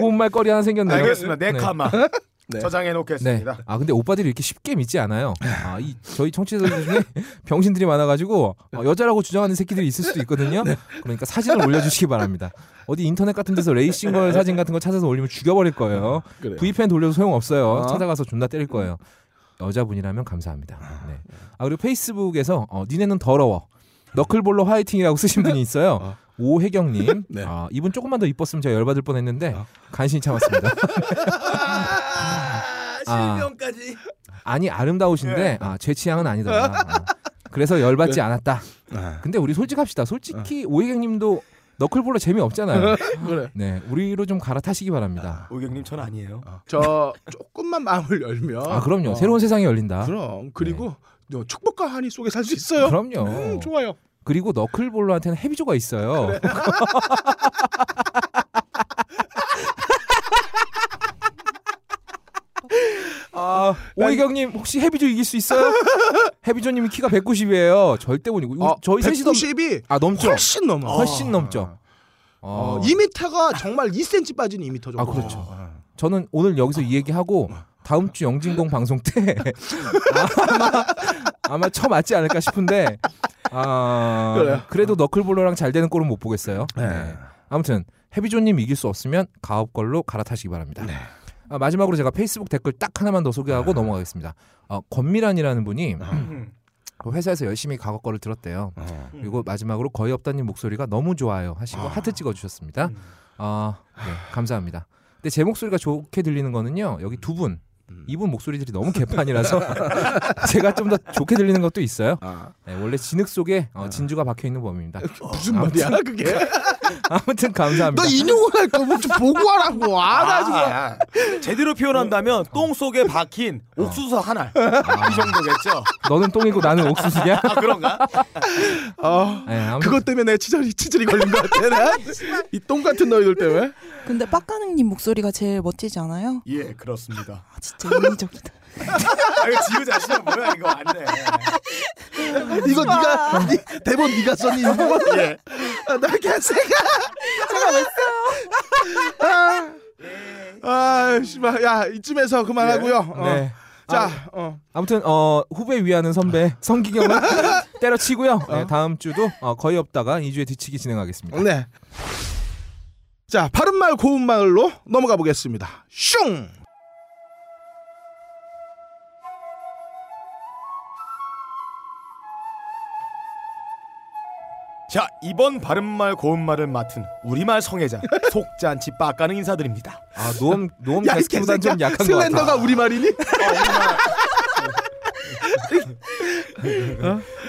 S3: 고운말 거리 하나 생겼네요
S2: 알겠습니다. 네
S3: 네.
S2: 카마
S4: 네.
S2: 저장해 놓겠습니다.
S3: 아 근데 오빠들이 이렇게 쉽게 믿지 않아요 아 이 저희 청취자들 중에 병신들이 많아가지고
S2: 네.
S3: 어, 여자라고 주장하는 새끼들이 있을 수도 있거든요 그러니까 사진을 올려주시기 바랍니다 어디 인터넷 같은 데서 레이싱걸 사진 같은 거 찾아서 올리면 죽여버릴 거예요
S4: 그래요.
S3: V펜 돌려도 소용없어요.
S4: 네. 어?
S3: 찾아가서 존나 때릴 거예요. 여자분이라면 감사합니다. 네. 아 그리고 페이스북에서 어, 니네는 더러워. 너클볼로 화이팅이라고 쓰신 분이 있어요.
S4: 어.
S3: 오혜경님,
S4: 네.
S3: 아, 이분 조금만 더 이뻤으면 제가 열받을 뻔했는데
S4: 어.
S3: 간신히 참았습니다. 아.
S2: 실명까지.
S3: 아니
S4: 예.
S3: 아름다우신데 아, 제 취향은 아니더라. 아, 그래서 열받지 않았다.
S4: 아.
S3: 근데 우리 솔직합시다.
S4: 어.
S3: 솔직히 오혜경님도 너클볼로 재미 없잖아요.
S4: 그래.
S3: 네, 우리로 좀 갈아타시기 바랍니다.
S2: 오경님 전 아니에요.
S4: 어. 저 조금만 마음을 열면
S3: 아 그럼요.
S4: 어,
S3: 새로운 세상이 열린다.
S4: 그럼 그리고 어, 축복과 한이 속에 살 수 있어요.
S3: 그럼요.
S4: 음, 좋아요.
S3: 그리고 너클볼러한테는 헤비조가 있어요. 아, 오이경님 혹시 헤비조 이길 수 있어요? 헤비조님이 키가 190이에요. 절대 못 이기고
S4: 아,
S3: 저희 셋이서
S4: 190이
S3: 아 넘죠.
S4: 훨씬 넘어.
S3: 훨씬 넘죠.
S4: 어,
S3: 어,
S4: 2m가 정말 2cm 빠진 2m 정도.
S3: 아, 그렇죠.
S4: 어.
S3: 저는 오늘 여기서 이 얘기하고 다음 주 영진공 방송 때 아마 아마 쳐 맞지 않을까 싶은데
S4: 그래요?
S3: 아, 그래도 너클볼러랑 잘 되는 골은 못 보겠어요.
S4: 네.
S3: 네. 아무튼 해비조님 이길 수 없으면 가업 걸로 갈아타시기 바랍니다.
S4: 네.
S3: 아, 마지막으로 제가 페이스북 댓글 딱 하나만 더
S4: 아.
S3: 소개하고 넘어가겠습니다. 어, 권미란이라는 분이
S2: 음.
S3: 그 회사에서 열심히 가업 거를 들었대요.
S4: 어.
S3: 그리고 마지막으로 거의 없다님 목소리가 너무 좋아요 하시고 하트 찍어주셨습니다.
S2: 음.
S3: 아, 네, 감사합니다. 근데 제 목소리가 좋게 들리는 거는요. 여기 두 분,
S4: 음.
S3: 이분 목소리들이 너무 개판이라서 제가 좀 더 좋게 들리는 것도 있어요.
S4: 아,
S3: 네, 원래 진흙 속에 어, 진주가 박혀 있는 법입니다.
S4: 어. 무슨 말이야 그게?
S3: 아무튼 감사합니다.
S4: 너 인용을 할 거면 좀 보고 하라고. 아, 나 정말.
S2: 아, 제대로 표현한다면 똥 속에 박힌 옥수수 한 알. 어. 아, 이 정도겠죠.
S3: 너는 똥이고 나는 옥수수냐?
S2: 아 그런가?
S4: 어.
S3: 네, 아무튼
S4: 그것 때문에 내 치질이 치질이 걸린 것 같아. 이똥 같은 너희들 때문에.
S5: 근데 빡가능님 목소리가 제일 멋지지 않아요?
S2: 예 그렇습니다.
S5: 아, 진짜 인위적이다.
S2: 아 이거 지우 자신이 뭐야 이거 안 돼.
S4: 이거 네가 네, 대본 네가 썼니 이거?
S2: 예.
S4: 아, 나 개새가. 제가 냈어요. 아, 아, 씨발, 야 이쯤에서 그만하고요. 어.
S3: 네.
S4: 자, 어.
S3: 아무튼 어, 후배 위하는
S4: 아.
S3: 선배 성기경을 때려치고요. 네, 다음 주도 어, 거의 없다가 2주에 뒤치기 진행하겠습니다.
S4: 네. 자, 바른 말 고운 말로 넘어가 보겠습니다. 슝.
S2: 자 이번 바른말 고운말을 맡은 우리말 성애자 속잔치 빡가는 인사드립니다.
S3: 아, 노험 노험
S4: 야, 이
S3: 테스트보단
S4: 개새끼야.
S3: 좀 약한 것 같아. 네.
S4: 슬렌더가 우리 말이니?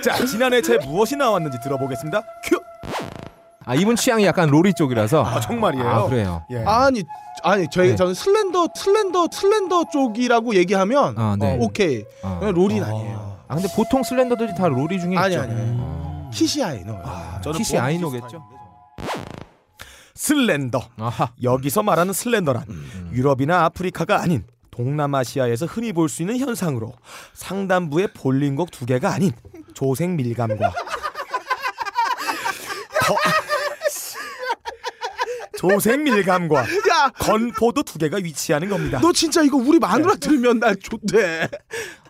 S2: 자 지난해 제 무엇이 나왔는지 들어보겠습니다. 큐.
S3: 아, 이분 취향이 약간 로리 쪽이라서.
S2: 아 정말이에요.
S3: 아, 그래요.
S2: 예.
S4: 아니, 아니, 저희
S3: 네.
S4: 저는 슬렌더, 슬렌더, 슬렌더 쪽이라고 얘기하면
S3: 아, 네.
S4: 어, 오케이.
S3: 어.
S4: 롤이 아니에요.
S3: 아 근데 보통 슬렌더들이 다 로리 중에
S4: 아니,
S3: 있죠.
S4: 아니, 아니. 키시아에 넣어요.
S2: 저는
S3: 키시
S2: 보험
S3: 아이노겠죠.
S2: 슬렌더.
S3: 아하.
S2: 여기서 말하는 슬렌더란 유럽이나 아프리카가 아닌 동남아시아에서 흔히 볼 수 있는 현상으로 상단부에 볼링곡 두 개가 아닌 조생 밀감과 거- 조생 밀감과
S4: 야,
S2: 건포도 두 개가 위치하는 겁니다.
S4: 너 진짜 이거 우리 마누라
S3: 네.
S4: 들으면 나 좋대.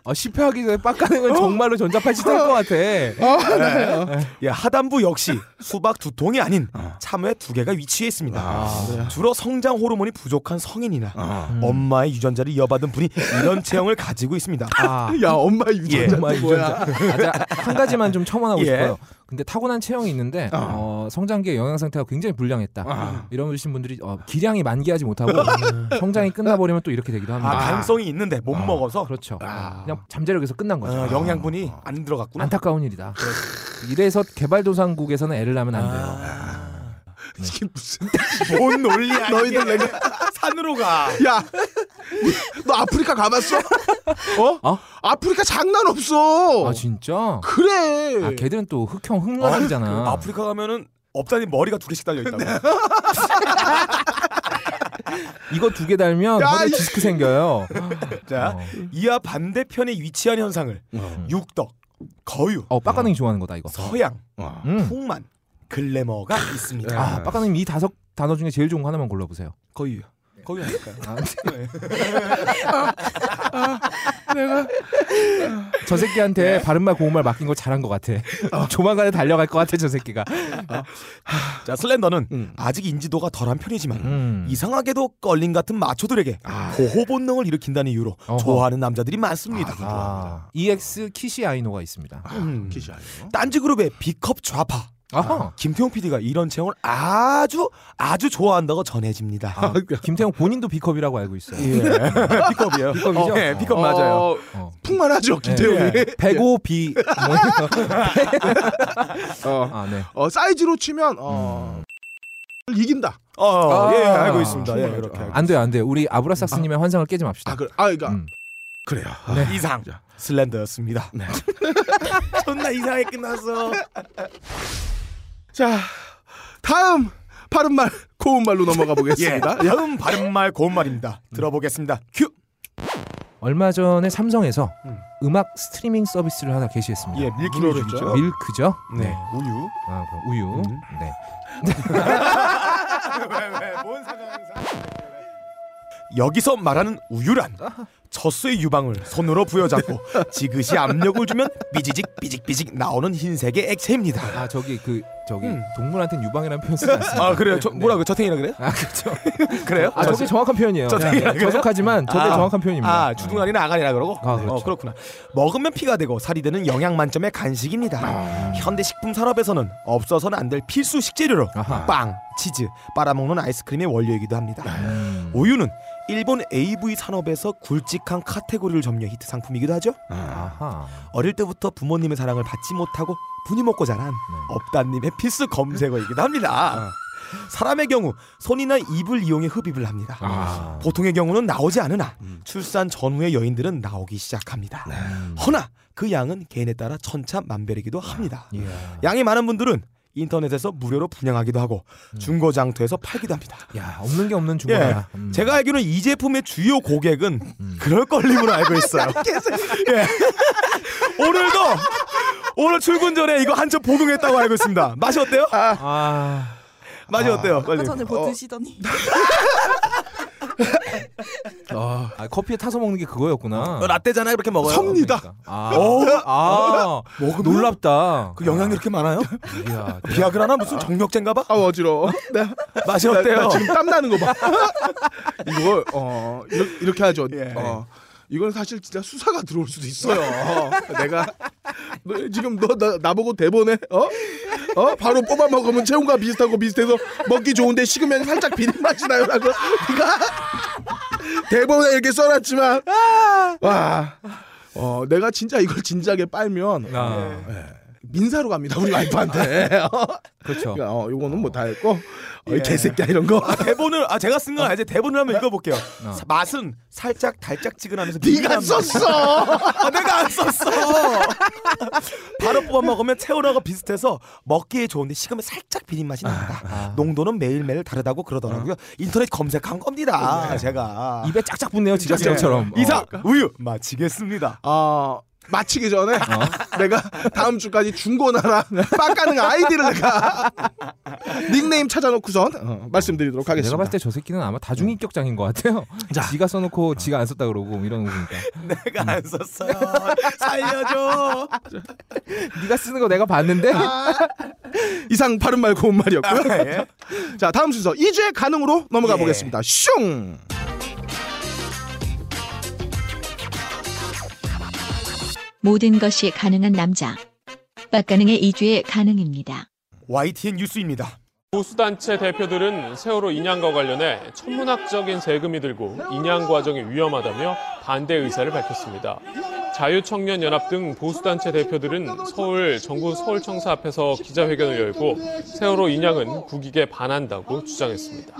S3: 아, 실패하기 전에
S2: 어?
S3: 빡가능은 정말로 전자팔찌 뗄것 같아.
S2: 예, 하단부 역시 수박 두 통이 아닌 참외 두 개가 위치해 있습니다. 주로 성장 호르몬이 부족한 성인이나 엄마의 유전자를 이어받은 분이 이런 체형을 가지고 있습니다.
S3: 아.
S4: 야, 엄마 유전자
S3: 정말
S4: 뭐야?
S3: 유전자. 아, 제가 한 가지만 좀 첨언하고
S2: 예.
S3: 싶어요. 근데 타고난 체형이 있는데 어, 성장기의 영양 상태가 굉장히 불량했다.
S2: 아.
S3: 이러신 분들이 어, 기량이 만개하지 못하고 성장이 끝나버리면 또 이렇게 되기도
S2: 음. 아,
S3: 합니다.
S2: 가능성이 있는데 못 먹어서
S3: 그렇죠. 그냥 잠재력에서 끝난 거죠.
S2: 어, 영양분이 안 들어갔구나.
S3: 안타까운 일이다. 이래서 개발도상국에서는 애를 낳으면 안 돼요.
S4: 이게 무슨?
S2: 뭔 논리야?
S4: 너희들
S2: 이게. 산으로 가.
S4: 야, 너 아프리카 가봤어? 어?
S3: 어?
S4: 아프리카 장난 없어.
S3: 아 진짜?
S4: 그래.
S3: 아 걔들은 또 흑형 흑락이잖아. 네.
S2: 아, 프리카 가면은 업다니 머리가 두 개씩 달려 있다고.
S3: 이거 두 개 달면
S4: 야,
S3: 허리
S4: 이-
S3: 디스크 생겨요. 어.
S2: 자, 이하 반대편에 위치한 현상을
S4: 어.
S2: 육덕, 거유,
S3: 음. 어, 빡가능이 좋아하는 거다 이거.
S2: 서양,
S3: 음.
S2: 풍만, 글래머가 있습니다.
S3: 아, 빡가능이 이 다섯 단어 중에 제일 좋은 거 하나만 골라 보세요.
S2: 거유. 거유 아닐까요? 네.
S3: 저 새끼한테 바른말 고운말 맡긴 거 잘한 것 같아. 조만간에 달려갈 것 같아 저 새끼가.
S2: 자, 슬렌더는 아직 인지도가 덜한 편이지만
S3: 음. 아.
S2: 이상하게도 껄림 같은 마초들에게 보호 본능을 일으킨다는 이유로
S3: 어허.
S2: 좋아하는 남자들이 많습니다.
S3: 아, EX 키시 아이노가 있습니다.
S2: 음.
S4: 키시아요.
S2: 딴지 그룹의 B컵 좌파
S3: 아하.
S2: 김태용 PD가 이런 체형을 아주 아주 좋아한다고 전해집니다.
S3: 아, 김태형 본인도 B컵이라고 알고 있어요.
S2: B컵이에요.
S3: B컵이죠?
S2: 네, B컵
S3: 어.
S2: 맞아요.
S4: 어, 예.
S3: 어.
S4: 풍만하죠 김태용이.
S3: 네. 105 B. 뭐 이런 거.
S4: 어.
S3: 아, 네.
S4: 어, 사이즈로 치면 어, 이긴다.
S2: 어,
S3: 아.
S2: 예, 알고 있습니다. 예,
S4: 충분하죠.
S2: 그렇게 알고.
S3: 안 돼요, 아, 안 돼요. 우리 아브라삭스님의 환상을 깨지 맙시다.
S4: 아, 그래. 아, 그러니까
S3: 음.
S4: 그래요.
S2: 네. 이상 슬렌더였습니다. 존나 이상하게 끝났어.
S4: 자, 다음 바른 말 고운 말로 넘어가
S2: 예,
S4: 보겠습니다.
S2: 다음 바른말 고운말입니다. 들어보겠습니다. 큐!
S3: 얼마 전에 삼성에서
S4: 음.
S3: 음. 악 스트리밍 서비스를 하나 개시했습니다.
S4: 예,
S2: 아,
S4: 밀키로를 했죠.
S3: 밀크죠?
S4: 네, 우유.
S3: 아, 그 우유.
S4: 음.
S3: 네.
S2: 여기서 말하는 우유란 젖소의 유방을 손으로 부여잡고 지그시 압력을 주면 삐지직 삐직삐직 나오는 흰색의 액체입니다.
S3: 아, 저기 그 저기
S2: 음.
S3: 동물한테는 유방이라는 표현 쓰지 않습니다.
S2: 아 그래요? 저,
S3: 네.
S2: 뭐라고 저탱이라 그래요?
S3: 아, 그렇죠.
S2: 그래요?
S3: 아, 저게 정확한 표현이에요.
S2: 저탱이라
S3: 네,
S2: 그래요?
S3: 저속하지만 저게
S2: 아.
S3: 정확한 표현입니다.
S2: 아 주둥아리나 아가리라 그러고
S3: 아, 그렇죠.
S2: 어, 그렇구나 먹으면 피가 되고 살이 되는 영양 만점의 간식입니다
S3: 아.
S2: 현대 식품 산업에서는 없어서는 안 될 필수 식재료로
S3: 아하.
S2: 빵 치즈 빨아먹는 아이스크림의 원료이기도 합니다
S3: 음.
S2: 우유는 일본 AV 산업에서 굵직한 카테고리를 점유해 히트 상품이기도 하죠
S3: 아하.
S2: 어릴 때부터 부모님의 사랑을 받지 못하고 분이 먹고 자란 업다님의 필수 검색어이기도 합니다 사람의 경우 손이나 입을 이용해 흡입을 합니다
S3: 아.
S2: 보통의 경우는 나오지 않으나 출산 전후의 여인들은 나오기 시작합니다.
S3: 음.
S2: 허나 그 양은 개인에 따라 천차만별이기도 합니다.
S3: 이야.
S2: 양이 많은 분들은 인터넷에서 무료로 분양하기도 하고 중고 장터에서 팔기도 합니다.
S3: 야, 없는 게 없는 중고야. 음.
S2: 예. 제가 알기로는 이 제품의 주요 고객은 그럴 걸림으로 알고 있어요. 예. 오늘도 오늘 출근 전에 이거 한점 복용했다고 알고 있습니다. 맛이 어때요?
S3: 아.
S2: 맛이 어때요?
S5: 아까
S2: 빨리.
S5: 전에 뭐 드시더니
S3: 아, 커피에 타서 먹는 게 그거였구나.
S2: 어, 라떼잖아요. 그렇게 먹어요.
S4: 섭니다.
S3: 아.
S2: 어?
S3: 아. 놀랍다.
S2: 그 영양이 이렇게 많아요?
S3: 이야.
S2: 비아그라나 무슨 정력제인가 봐?
S4: 아 어지러워. 네.
S2: 맛이
S4: 나, 나
S2: 어때요?
S4: 지금 땀 나는 거 봐. 이거 어 이렇게, 이렇게 하죠.
S2: 예.
S4: 어. 이건 사실 진짜 수사가 들어올 수도 있어요. 내가 너, 지금 너 나, 나보고 대본에 어? 어? 바로 뽑아 먹으면 체온과 비슷하고 비슷해서 먹기 좋은데 식으면 살짝 비린 맛이 나요라고 네가 대본에 이렇게 써놨지만 와 어, 내가 진짜 이걸 진작에 빨면
S3: 아.
S2: 네.
S4: 민사로 갑니다 우리 와이프한테
S3: 그렇죠.
S4: 어, 요거는 뭐 다 했고 어, 이 개새끼야 이런 거
S2: 아, 대본을 아 제가
S4: 어.
S2: 쓴 건 아니제 대본을 한번 읽어볼게요.
S3: 어.
S2: 사- 맛은 살짝 달짝지근하면서
S4: 네가
S2: 미묘합니다.
S4: 썼어.
S2: 아, 내가 안 썼어. 바로 뽑아 먹으면 채우라고 비슷해서 먹기에 좋은데 식으면 살짝 비린 맛이 납니다. 농도는 매일매일 다르다고 그러더라고요. 인터넷 검색한 겁니다. 제가
S3: 입에 짝짝 붙네요, 지각장처럼. 어,
S2: 예. 이상 우유 마치겠습니다.
S4: 아 마치기 전에 내가 다음 주까지 중고나라 빡가는 아이디를 내가 닉네임 찾아놓고선 어, 말씀드리도록
S3: 내가
S4: 하겠습니다.
S3: 봤을 때 저 새끼는 아마 다중인격장인 것 같아요. 지가 써놓고 지가 안 썼다 그러고 뭐 이러는 거니까.
S2: 내가 안 썼어요. 살려줘.
S3: 네가 쓰는 거 내가 봤는데.
S4: 이상 바른 말 고운 말이었고요.
S2: 아, 예.
S4: 자 다음 순서 2주의 가능으로 넘어가
S2: 예.
S4: 보겠습니다. 슝.
S1: 모든 것이 가능한 남자. 빡가능의 2주의 가능입니다.
S2: YTN 뉴스입니다.
S7: 보수단체 대표들은 세월호 인양과 관련해 천문학적인 세금이 들고 인양 과정이 위험하다며 반대 의사를 밝혔습니다. 자유청년연합 등 보수단체 대표들은 서울 정부 서울청사 앞에서 기자회견을 열고 세월호 인양은 국익에 반한다고 주장했습니다.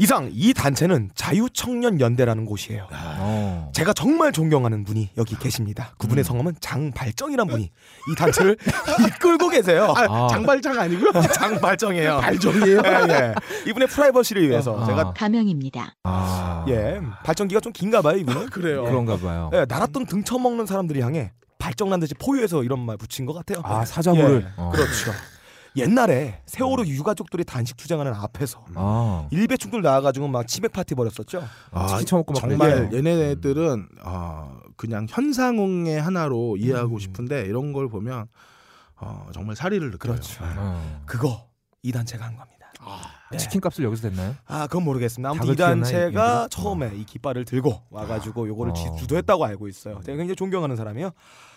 S2: 이상 이 단체는 자유청년연대라는 곳이에요.
S3: 어.
S2: 제가 정말 존경하는 분이 여기 계십니다.
S4: 음.
S2: 그분의 성함은 장발정이란 분이 이 단체를 이끌고 계세요.
S4: 아,
S3: 아.
S4: 장발장 아니고요.
S2: 장발정이에요.
S4: 발정이에요.
S2: 예, 예. 이분의 프라이버시를 위해서
S3: 아.
S2: 제가
S1: 가명입니다.
S3: 아.
S2: 예 발정기가 좀 긴가 봐요 이분은.
S4: 그래요.
S3: 그런가
S4: 아.
S3: 봐요.
S2: 예, 날았던 등 처먹는 사람들이 향해 발정난 듯이 포유해서 이런 말 붙인 것 같아요.
S3: 아 사자고를.
S2: 예,
S3: 어.
S2: 그렇죠. 옛날에 세월호 유가족들이 단식 투쟁하는 앞에서
S3: 아.
S2: 일배충들 나와가지고 막 치맥 파티 벌였었죠.
S3: 치킨 처먹고 막
S4: 아, 정말
S3: 그래요.
S4: 얘네들은 어, 그냥 현상의 하나로 이해하고 싶은데 이런 걸 보면 어, 정말 사리를 느껴요. 아,
S2: 그렇죠.
S3: 어.
S2: 그거 이 단체가 한 겁니다. 네.
S3: 치킨 값을 여기서 냈나요?
S2: 아 그건 모르겠습니다. 아무튼
S3: 닭을
S2: 이 단체가
S3: 키우나요?
S2: 처음에 이 깃발을 들고 와가지고 요거를 지-
S3: 어.
S2: 주도했다고 알고 있어요. 제가 굉장히 존경하는 사람이요.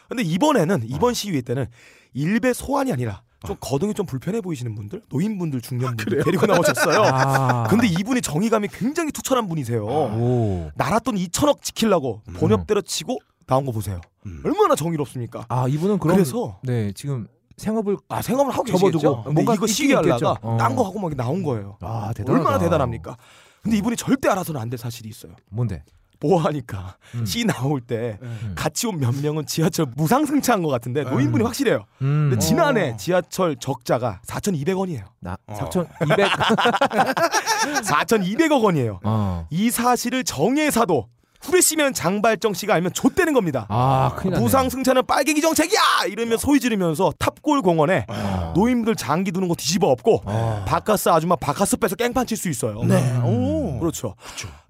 S2: 근데 이번에는
S3: 어.
S2: 이번 시위회 때는 일배 소환이 아니라 좀 거동이 좀 불편해 보이시는 분들, 노인분들, 중년분들 데리고 나오셨어요.
S3: 아.
S2: 근데 이분이 정의감이 굉장히 투철한 분이세요.
S3: 오.
S2: 날았던 2천억 지키려고
S3: 음.
S2: 본업대로 치고 나온 거 보세요.
S4: 음.
S2: 얼마나 정의롭습니까?
S3: 아 이분은 그럼.
S2: 그래서
S3: 네 지금 생업을
S2: 아 생각을 하고
S3: 접어두고
S2: 계시겠죠. 근데
S3: 뭔가
S2: 이거
S3: 있긴
S2: 시위하려가
S3: 있겠죠. 어.
S2: 딴 거 하고 막 나온 거예요.
S3: 아, 대단하다.
S2: 얼마나 대단합니까? 근데 이분이 절대 알아서는 안 될 사실이 있어요.
S3: 뭔데?
S2: 보호하니까
S3: 음.
S2: 시 나올 때
S4: 네.
S2: 같이 온 몇 명은 지하철 무상 승차한 것 같은데 노인분이
S4: 음.
S2: 확실해요.
S3: 음.
S2: 근데 지난해
S4: 어.
S2: 지하철 적자가 4,200원이에요.
S3: 나
S4: 어.
S3: 4,200.
S2: 4,200억 원이에요.
S3: 어.
S2: 이 사실을 정혜사도 후레쉬면 장발정 씨가 알면 좆되는 겁니다.
S3: 아, 큰일 났네.
S2: 부상 승차는 빨갱이 정책이야! 이러면 소리 지르면서 탑골 공원에 노인들 장기 두는 거 뒤집어 엎고
S3: 아.
S2: 바카스 아줌마 바카스 빼서 깽판 칠 수 있어요.
S4: 네. 오.
S2: 그렇죠.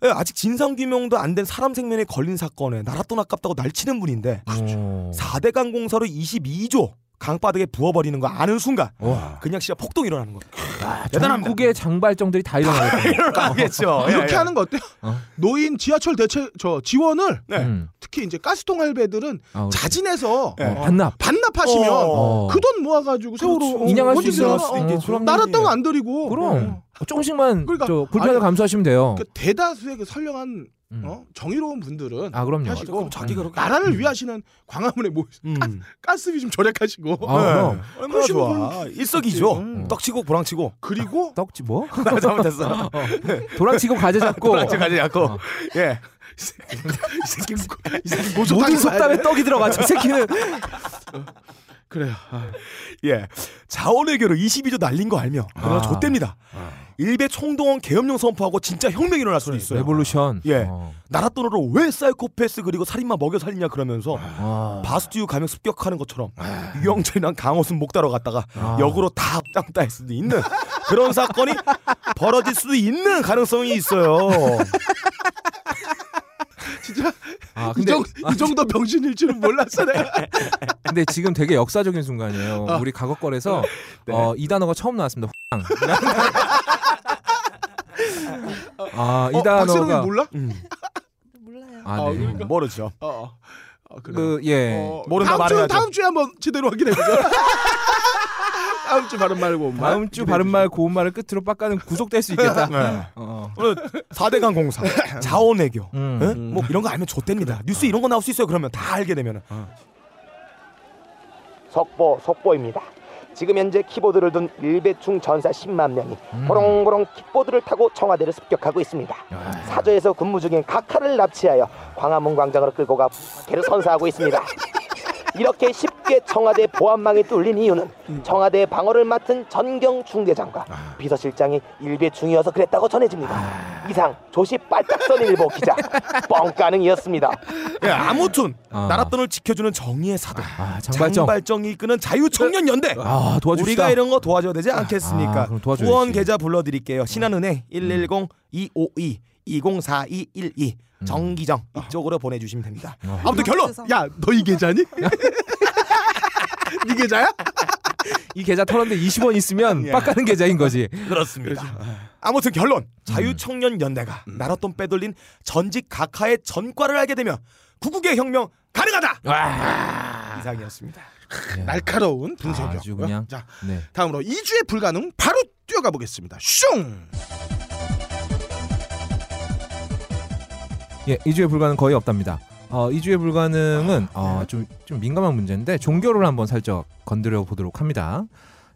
S2: 예, 아직 진상 규명도 안 된 사람 생명에 걸린 사건에 나라 돈 아깝다고 날치는 분인데
S3: 오.
S2: 4대강 공사로 22조 강바닥에 부어버리는 거 아는 순간
S3: 와.
S2: 그냥 씨가 폭동 일어나는 거예요.
S3: 아,
S2: 대단합니다.
S3: 전국의 장발정들이 다 일어나겠다.
S2: 일어나겠죠. 예,
S4: 이렇게
S2: 예.
S4: 하는 거 어때요?
S3: 어.
S4: 노인 지하철 대체 저 지원을
S2: 네.
S3: 음.
S4: 특히 이제 가스통 할배들은
S3: 아, 우리-
S4: 자진해서
S2: 네.
S3: 어,
S4: 어,
S3: 반납.
S4: 반납하시면
S2: 어.
S4: 그 돈 모아가지고 세월호
S3: 인양할 수
S4: 언제
S3: 있어요.
S4: 들어가?
S3: 어,
S4: 어,
S3: 그럼요.
S4: 나라
S2: 예.
S4: 땅안 드리고
S3: 그럼 어, 조금씩만
S4: 그러니까,
S3: 저 불편을
S4: 아니,
S3: 감수하시면 돼요.
S4: 그 대다수의 그 선량한
S3: 음.
S4: 어? 정의로운 분들은
S3: 아 그럼요.
S4: 하시고
S2: 그럼 자기가 그렇게
S4: 나라를 위하시는 광화문에 모
S2: 음.
S4: 가스비 좀 절약하시고
S3: 아 그럼
S2: 네. 얼마나 좋아. 일석이조.
S4: 음.
S2: 떡치고 보랑치고.
S4: 그리고
S3: 떡지 뭐
S2: 나 잘못했어.
S3: 도랑치고 과제 잡고
S2: 보랑치 가지 않고.
S3: 어.
S2: 예.
S4: 이 새끼 이 새끼 모조
S3: 모든
S4: 당해서
S3: 속담에 떡이 들어가. 저 새끼는
S4: 그래요. 아,
S2: 예. 자원외교로 22조 날린 거 알며 그러나
S3: 아. 네,
S2: 좆됩니다. 일베 총동원 계엄령 선포하고 진짜 혁명이 일어날 수도 있어요.
S3: 레볼루션.
S2: 예.
S3: 어.
S2: 나라 돈으로 왜 사이코패스 그리고 살인마 먹여 살리냐 그러면서
S3: 아.
S2: 바스티유 감염 습격하는 것처럼 유영철이랑 강호순 목다러 갔다가
S3: 아.
S2: 역으로 다 앞장딸 수도 있는 그런 사건이 벌어질 수도 있는 가능성이 있어요.
S4: 진짜
S3: 아,
S4: 이,
S3: 근데
S4: 정, 이 정도 병신일 줄은 몰랐어 내가.
S3: 근데 지금 되게 역사적인 순간이에요.
S4: 아.
S3: 우리 가옥걸에서
S4: 네.
S3: 어, 이 단어가 처음 나왔습니다. 호랑. 아, 이
S4: 어, 박세롬이
S3: 단어가
S4: 몰라?
S2: 음,
S5: 몰라요.
S3: 아,
S4: 어,
S3: 네.
S4: 그러니까.
S2: 모르죠.
S4: 어, 어. 어, 그래요.
S3: 그 예.
S2: 뭐,
S4: 어,
S2: 모른다
S4: 다음 주
S2: 말해야죠.
S4: 다음 주에 한번 제대로 확인해 보자. 다음 주 바른 말 고운 말.
S3: 다음 주 바른 말 고운 말을 끝으로 빡가는 구속될 수 있겠다.
S2: 네.
S3: 어.
S2: 오늘 4대강 공사, 자원외교,
S3: 음.
S2: 응? 뭐 이런 거 알면 좆됩니다. 뉴스 이런 거 나올 수 있어요. 그러면 다 알게 되면.
S8: 석보 석보입니다. 지금 현재 키보드를 둔 일배충 전사 10만 명이 보롱보롱 킥보드를 타고 청와대를 습격하고 있습니다. 사저에서 근무 중인 각하를 납치하여 광화문 광장으로 끌고 가 개를 선사하고 있습니다. 이렇게 쉽게 청와대 보안망이 뚫린 이유는 청와대 방어를 맡은 전경 중대장과
S2: 아.
S8: 비서실장이 일배충이어서 그랬다고 전해집니다. 이상 조시 빨딱선 일보 기자 뻥가능이었습니다.
S2: 예, 아무튼
S3: 아.
S2: 나라 돈을 지켜주는 정의의 사도,
S3: 아, 장발정.
S2: 장발정이 이끄는 자유청년연대.
S4: 어.
S3: 아, 도와줍시다.
S2: 우리가 이런 거 도와줘야 되지 않겠습니까?
S3: 아, 그럼 도와줘야지.
S2: 후원 계좌 불러드릴게요. 신한은행 110-252-204212 정기정 이쪽으로 보내주시면 됩니다. 음. 아. 아무튼 결론!
S5: 죄송-
S4: 야, 너 이 계좌니? 네 계좌야?
S3: 이 계좌 털었는데 20원 있으면
S4: 예.
S3: 빡가는 계좌인 거지.
S2: 그렇습니다. 그렇죠. 아무튼 음. 결론! 자유청년연대가 나라 돈 빼돌린 전직 각하의 전과를 알게 되면 구국의 혁명 가능하다! 이상이었습니다.
S4: 날카로운 분석이었고요.
S3: 아주 그냥.
S4: 음, 자,
S3: 네.
S4: 다음으로 2주의 불가능 바로 뛰어가 보겠습니다. 슝!
S3: 예, 이주의 불가능 거의 없답니다. 어, 이주의 불가능은
S4: 네.
S3: 어, 좀, 좀 민감한 문제인데 종교를 한번 살짝 건드려 보도록 합니다.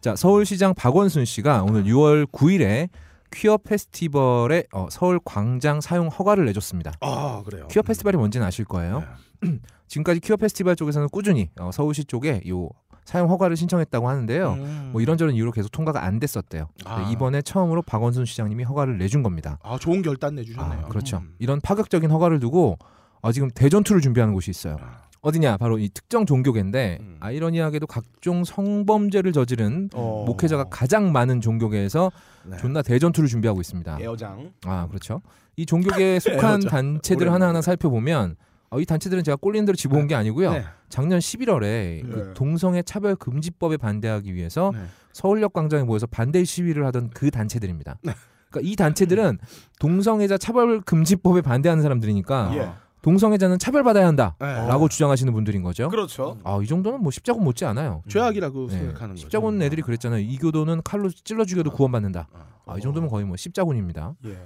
S3: 자, 서울시장 박원순 씨가 오늘 6월 9일에 퀴어 페스티벌에 어, 서울 광장 사용 허가를 내줬습니다.
S4: 아, 그래요.
S3: 퀴어 페스티벌이 뭔지는 아실 거예요.
S4: 네.
S3: 지금까지 퀴어 페스티벌 쪽에서는 꾸준히 어, 서울시 쪽에 요 사용 허가를 신청했다고 하는데요.
S4: 음.
S3: 뭐 이런저런 이유로 계속 통과가 안 됐었대요.
S4: 아.
S3: 근데 이번에 처음으로 박원순 시장님이 허가를 내준 겁니다.
S4: 아, 좋은 결단
S3: 아,
S4: 내주셨네요.
S3: 그렇죠.
S4: 음.
S3: 이런 파격적인 허가를 두고 어, 지금 대전투를 준비하는 곳이 있어요.
S4: 아.
S3: 어디냐? 바로 이 특정 종교계인데
S4: 음.
S3: 아이러니하게도 각종 성범죄를 저지른
S2: 어.
S3: 목회자가 가장 많은 종교계에서
S4: 네.
S3: 존나 대전투를 준비하고
S2: 음.
S3: 있습니다.
S2: 에어장.
S3: 아 그렇죠. 이 종교계에 속한
S4: 어쩌-
S3: 단체들
S4: 네, 그렇죠. 오랜만에.
S3: 하나하나 살펴보면 어, 이 단체들은 제가 꼴린 대로 집어온 게 아니고요.
S4: 네.
S3: 작년 11월에 그
S2: 네.
S3: 동성애 차별 금지법에 반대하기 위해서
S4: 네.
S3: 서울역 광장에 모여서 반대 시위를 하던 그 단체들입니다.
S4: 네.
S3: 그러니까 이 단체들은 동성애자 차별 금지법에 반대하는 사람들이니까
S2: 예.
S3: 동성애자는 차별받아야
S4: 네.
S3: 한다라고 주장하시는 분들인 거죠.
S2: 그렇죠.
S3: 아, 이 정도는 뭐 십자군 못지 않아요.
S4: 죄악이라고
S3: 네.
S4: 생각하는 거죠.
S3: 십자군 애들이 그랬잖아요. 이교도는 칼로 찔러 죽여도 구원받는다.
S4: 어.
S3: 아, 이 정도면 거의 뭐 십자군입니다.
S2: 예.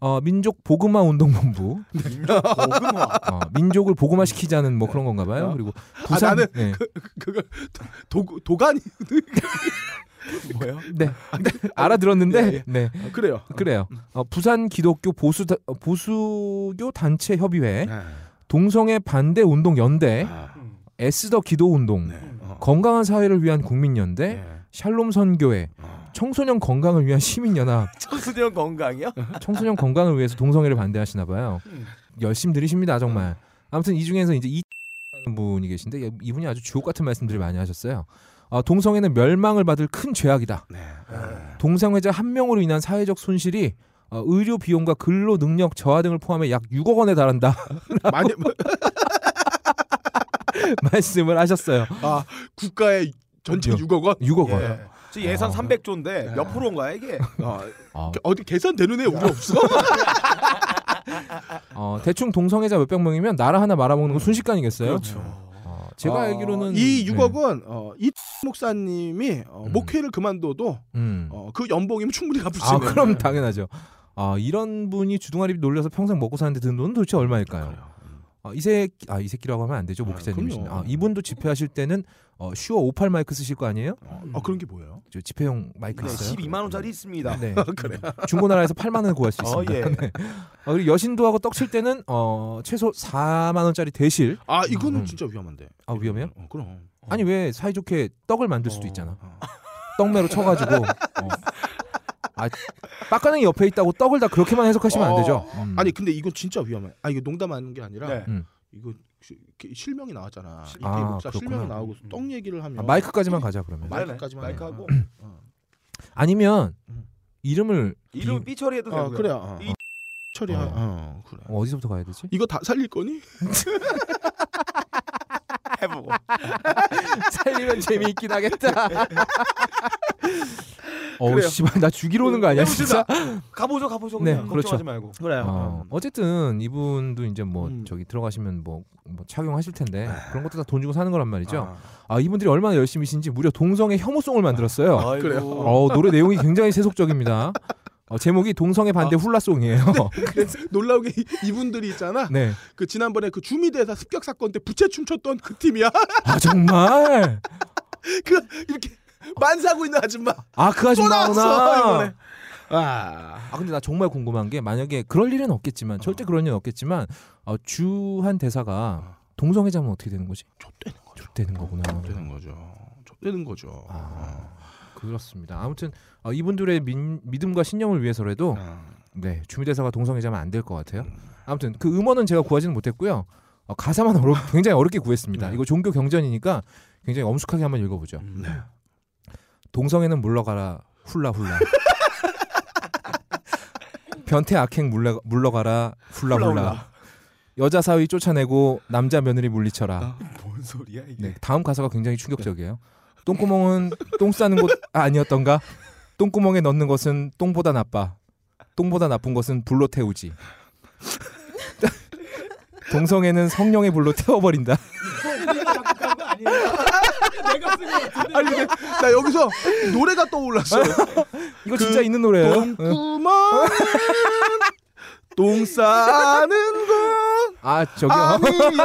S3: 어, 민족 보그마 운동본부.
S2: 고구마.
S3: 어, 민족을 보고마시키자는 네. 뭐 그런 건가
S4: 어? 아,
S3: 봐요. 그리고 부산
S4: 나는
S3: 예.
S4: 그거 도, 도가니
S2: 뭐예요?
S3: 네. 알아들었는데
S2: 예, 예.
S3: 네.
S4: 아, 그래요.
S3: 그래요. 어, 부산 기독교 보수 다- 어, 보수교 단체 협의회,
S4: 아,
S3: 동성애 반대 운동 연대,
S4: 아,
S3: 애쓰더 기도 운동,
S4: 네. 어.
S3: 건강한 사회를 위한 국민연대,
S4: 네.
S3: 샬롬 선교회,
S4: 어.
S3: 청소년 건강을 위한 시민연합,
S2: 청소년 건강이요?
S3: 청소년 건강을 위해서 동성애를 반대하시나 봐요. 열심히 들으십니다 정말. 아무튼 이 중에서 이제 이 분이 계신데 예, 이분이 아주 주옥 같은 말씀들을 많이 하셨어요. 어, 동성애는 멸망을 받을 큰 죄악이다. 아,
S4: 네.
S3: 동성애자 한 명으로 인한 사회적 손실이 어, 의료 비용과 근로 능력 저하 등을 포함해 약 6억 원에 달한다
S4: 많이
S3: 말씀을 하셨어요.
S4: 아 국가의 전체
S3: 예.
S4: 6억 원.
S3: 6억 원.
S4: 예.
S2: 저 예산
S3: 어.
S2: 300조인데 몇
S4: 예.
S2: 프로인가요 이게?
S4: 어,
S3: 어,
S4: 어디 계산되는 애 우리 없어?
S3: 어, 대충 동성애자 몇백 명이면 나라 하나 말아먹는 건 순식간이겠어요. 어, 제가
S4: 어,
S3: 알기로는
S4: 그렇죠. 이
S3: 네.
S4: 6억 원 어, 이 목사님이 어,
S3: 음.
S4: 목회를 그만둬도
S3: 음.
S4: 어, 그 연봉이면 충분히 갚을 수
S3: 아
S4: 있는.
S3: 그럼 당연하죠. 아 이런 분이 주둥아리 놀려서 평생 먹고 사는데 든 돈은 도대체 얼마일까요? 아, 이 새끼 아이 새끼라고 하면 안 되죠 목
S4: 음. 아,
S3: 기자님이신.
S4: 그럼요.
S3: 아, 이분도 집회하실 때는 어, 슈어 58 마이크 쓰실 거 아니에요?
S4: 어, 어, 그런 게 뭐예요?
S3: 저 집회용 마이크
S2: 네,
S3: 있어요?
S2: 12만 원짜리 있습니다.
S3: 네.
S4: 그래.
S3: 중고나라에서 8만 원에 구할 수
S2: 어,
S3: 있습니다.
S2: 예.
S3: 네. 아, 그리고 여신도하고 떡칠 때는 어, 최소 4만 원짜리 대실.
S4: 아 이거는
S3: 음.
S4: 진짜 위험한데.
S3: 아, 위험해요?
S4: 어, 그럼.
S3: 아니 왜 사이좋게 떡을 만들 수도
S2: 어.
S3: 있잖아.
S4: 어.
S3: 떡매로 쳐가지고. 어. 아, 빡가능이 옆에 있다고 떡을 다 그렇게만 해석하시면 안 되죠. 음.
S4: 어. 아니 근데 이건 진짜 위험해. 아 이거 농담하는 게 아니라
S2: 네.
S3: 음.
S4: 이거 시- 이렇게 실명이 나왔잖아.
S2: 실-
S4: 이게
S3: 아,
S4: 목사 실명이
S3: 그렇구나.
S4: 나오고 떡 얘기를 하면
S3: 아, 마이크까지만 가자 그러면.
S2: 네네.
S4: 마이크까지만 어.
S2: 마이크하고
S3: 아니면
S4: 음.
S3: 이름을
S2: 이름
S3: 비-
S2: 삐 처리해도
S4: 어,
S2: 되고요.
S4: 그래. 어.
S2: 이-
S4: 처리하.
S3: 어.
S4: 어, 그래.
S3: 어, 어디서부터 가야 되지?
S4: 이거 다 살릴 거니?
S2: 해보고.
S3: 살리면 재미있긴 하겠다. 어,
S4: 그래요.
S3: 씨발 나 죽이러 오는 거 아니야 진짜?
S2: 해봅시다. 가보죠, 가보죠.
S3: 네,
S2: 그냥
S3: 그렇죠.
S2: 걱정하지 말고.
S4: 그래요.
S3: 어, 어쨌든 이분도 이제 뭐
S4: 음.
S3: 저기 들어가시면 뭐, 뭐 착용하실 텐데 그런 것도 다 돈 주고 사는 거란 말이죠.
S4: 아.
S3: 아, 이분들이 얼마나 열심히신지 무려 동성애 혐오송을 만들었어요.
S2: 아이고.
S4: 그래요.
S3: 어, 노래 내용이 굉장히 세속적입니다. 어, 제목이 동성애 반대 훌라송이에요.
S4: 놀라운 게 이- 이분들이 있잖아.
S3: 네.
S4: 그 지난번에 그 주미대사 습격 사건 때 부채 춤췄던 그 팀이야.
S3: 아 정말.
S4: 그 이렇게 만사고 있는 아줌마.
S3: 아 그
S4: 또 나왔어
S3: 아줌마구나.
S4: 이번에. 아.
S3: 아 근데 나 정말 궁금한 게 만약에 그럴 일은 없겠지만 절대 그런 일은 없겠지만 어, 주한 대사가 동성애자면 어떻게 되는 거지?
S4: 좁대는 어. 거죠.
S3: 좁대는 거구나.
S4: 좁대는 거죠. 좁대는 거죠.
S3: 아. 그렇습니다. 아무튼 어, 이분들의 민- 믿음과 신념을 위해서라도
S4: 어.
S3: 네 주미대사가 동성애자면 안 될 것 같아요.
S4: 음.
S3: 아무튼 그 음원은 제가 구하지는 못했고요. 어, 가사만 어렵, 굉장히 어렵게 구했습니다.
S4: 네.
S3: 이거 종교 경전이니까 굉장히 엄숙하게 한번 읽어보죠.
S4: 네.
S3: 동성애는 물러가라 훌라훌라. 변태 악행 물러, 물러가라 훌라훌라.
S2: 훌라훌라.
S3: 여자 사위 쫓아내고 남자 며느리 물리쳐라.
S2: 뭔 소리야 이게?
S3: 네, 다음 가사가 굉장히 충격적이에요. 똥구멍은 똥 싸는 곳 아, 아니었던가? 똥구멍에 넣는 것은 똥보다 나빠. 똥보다 나쁜 것은 불로 태우지. 동성애는 성령의 불로 태워버린다.
S4: 아니 근데 나 여기서 노래가 떠올랐어.
S3: 이거
S4: 그
S3: 진짜 있는 노래예요. 응.
S4: 똥구멍 똥 싸는 건
S3: 아 저기요.
S4: 네. 아니었던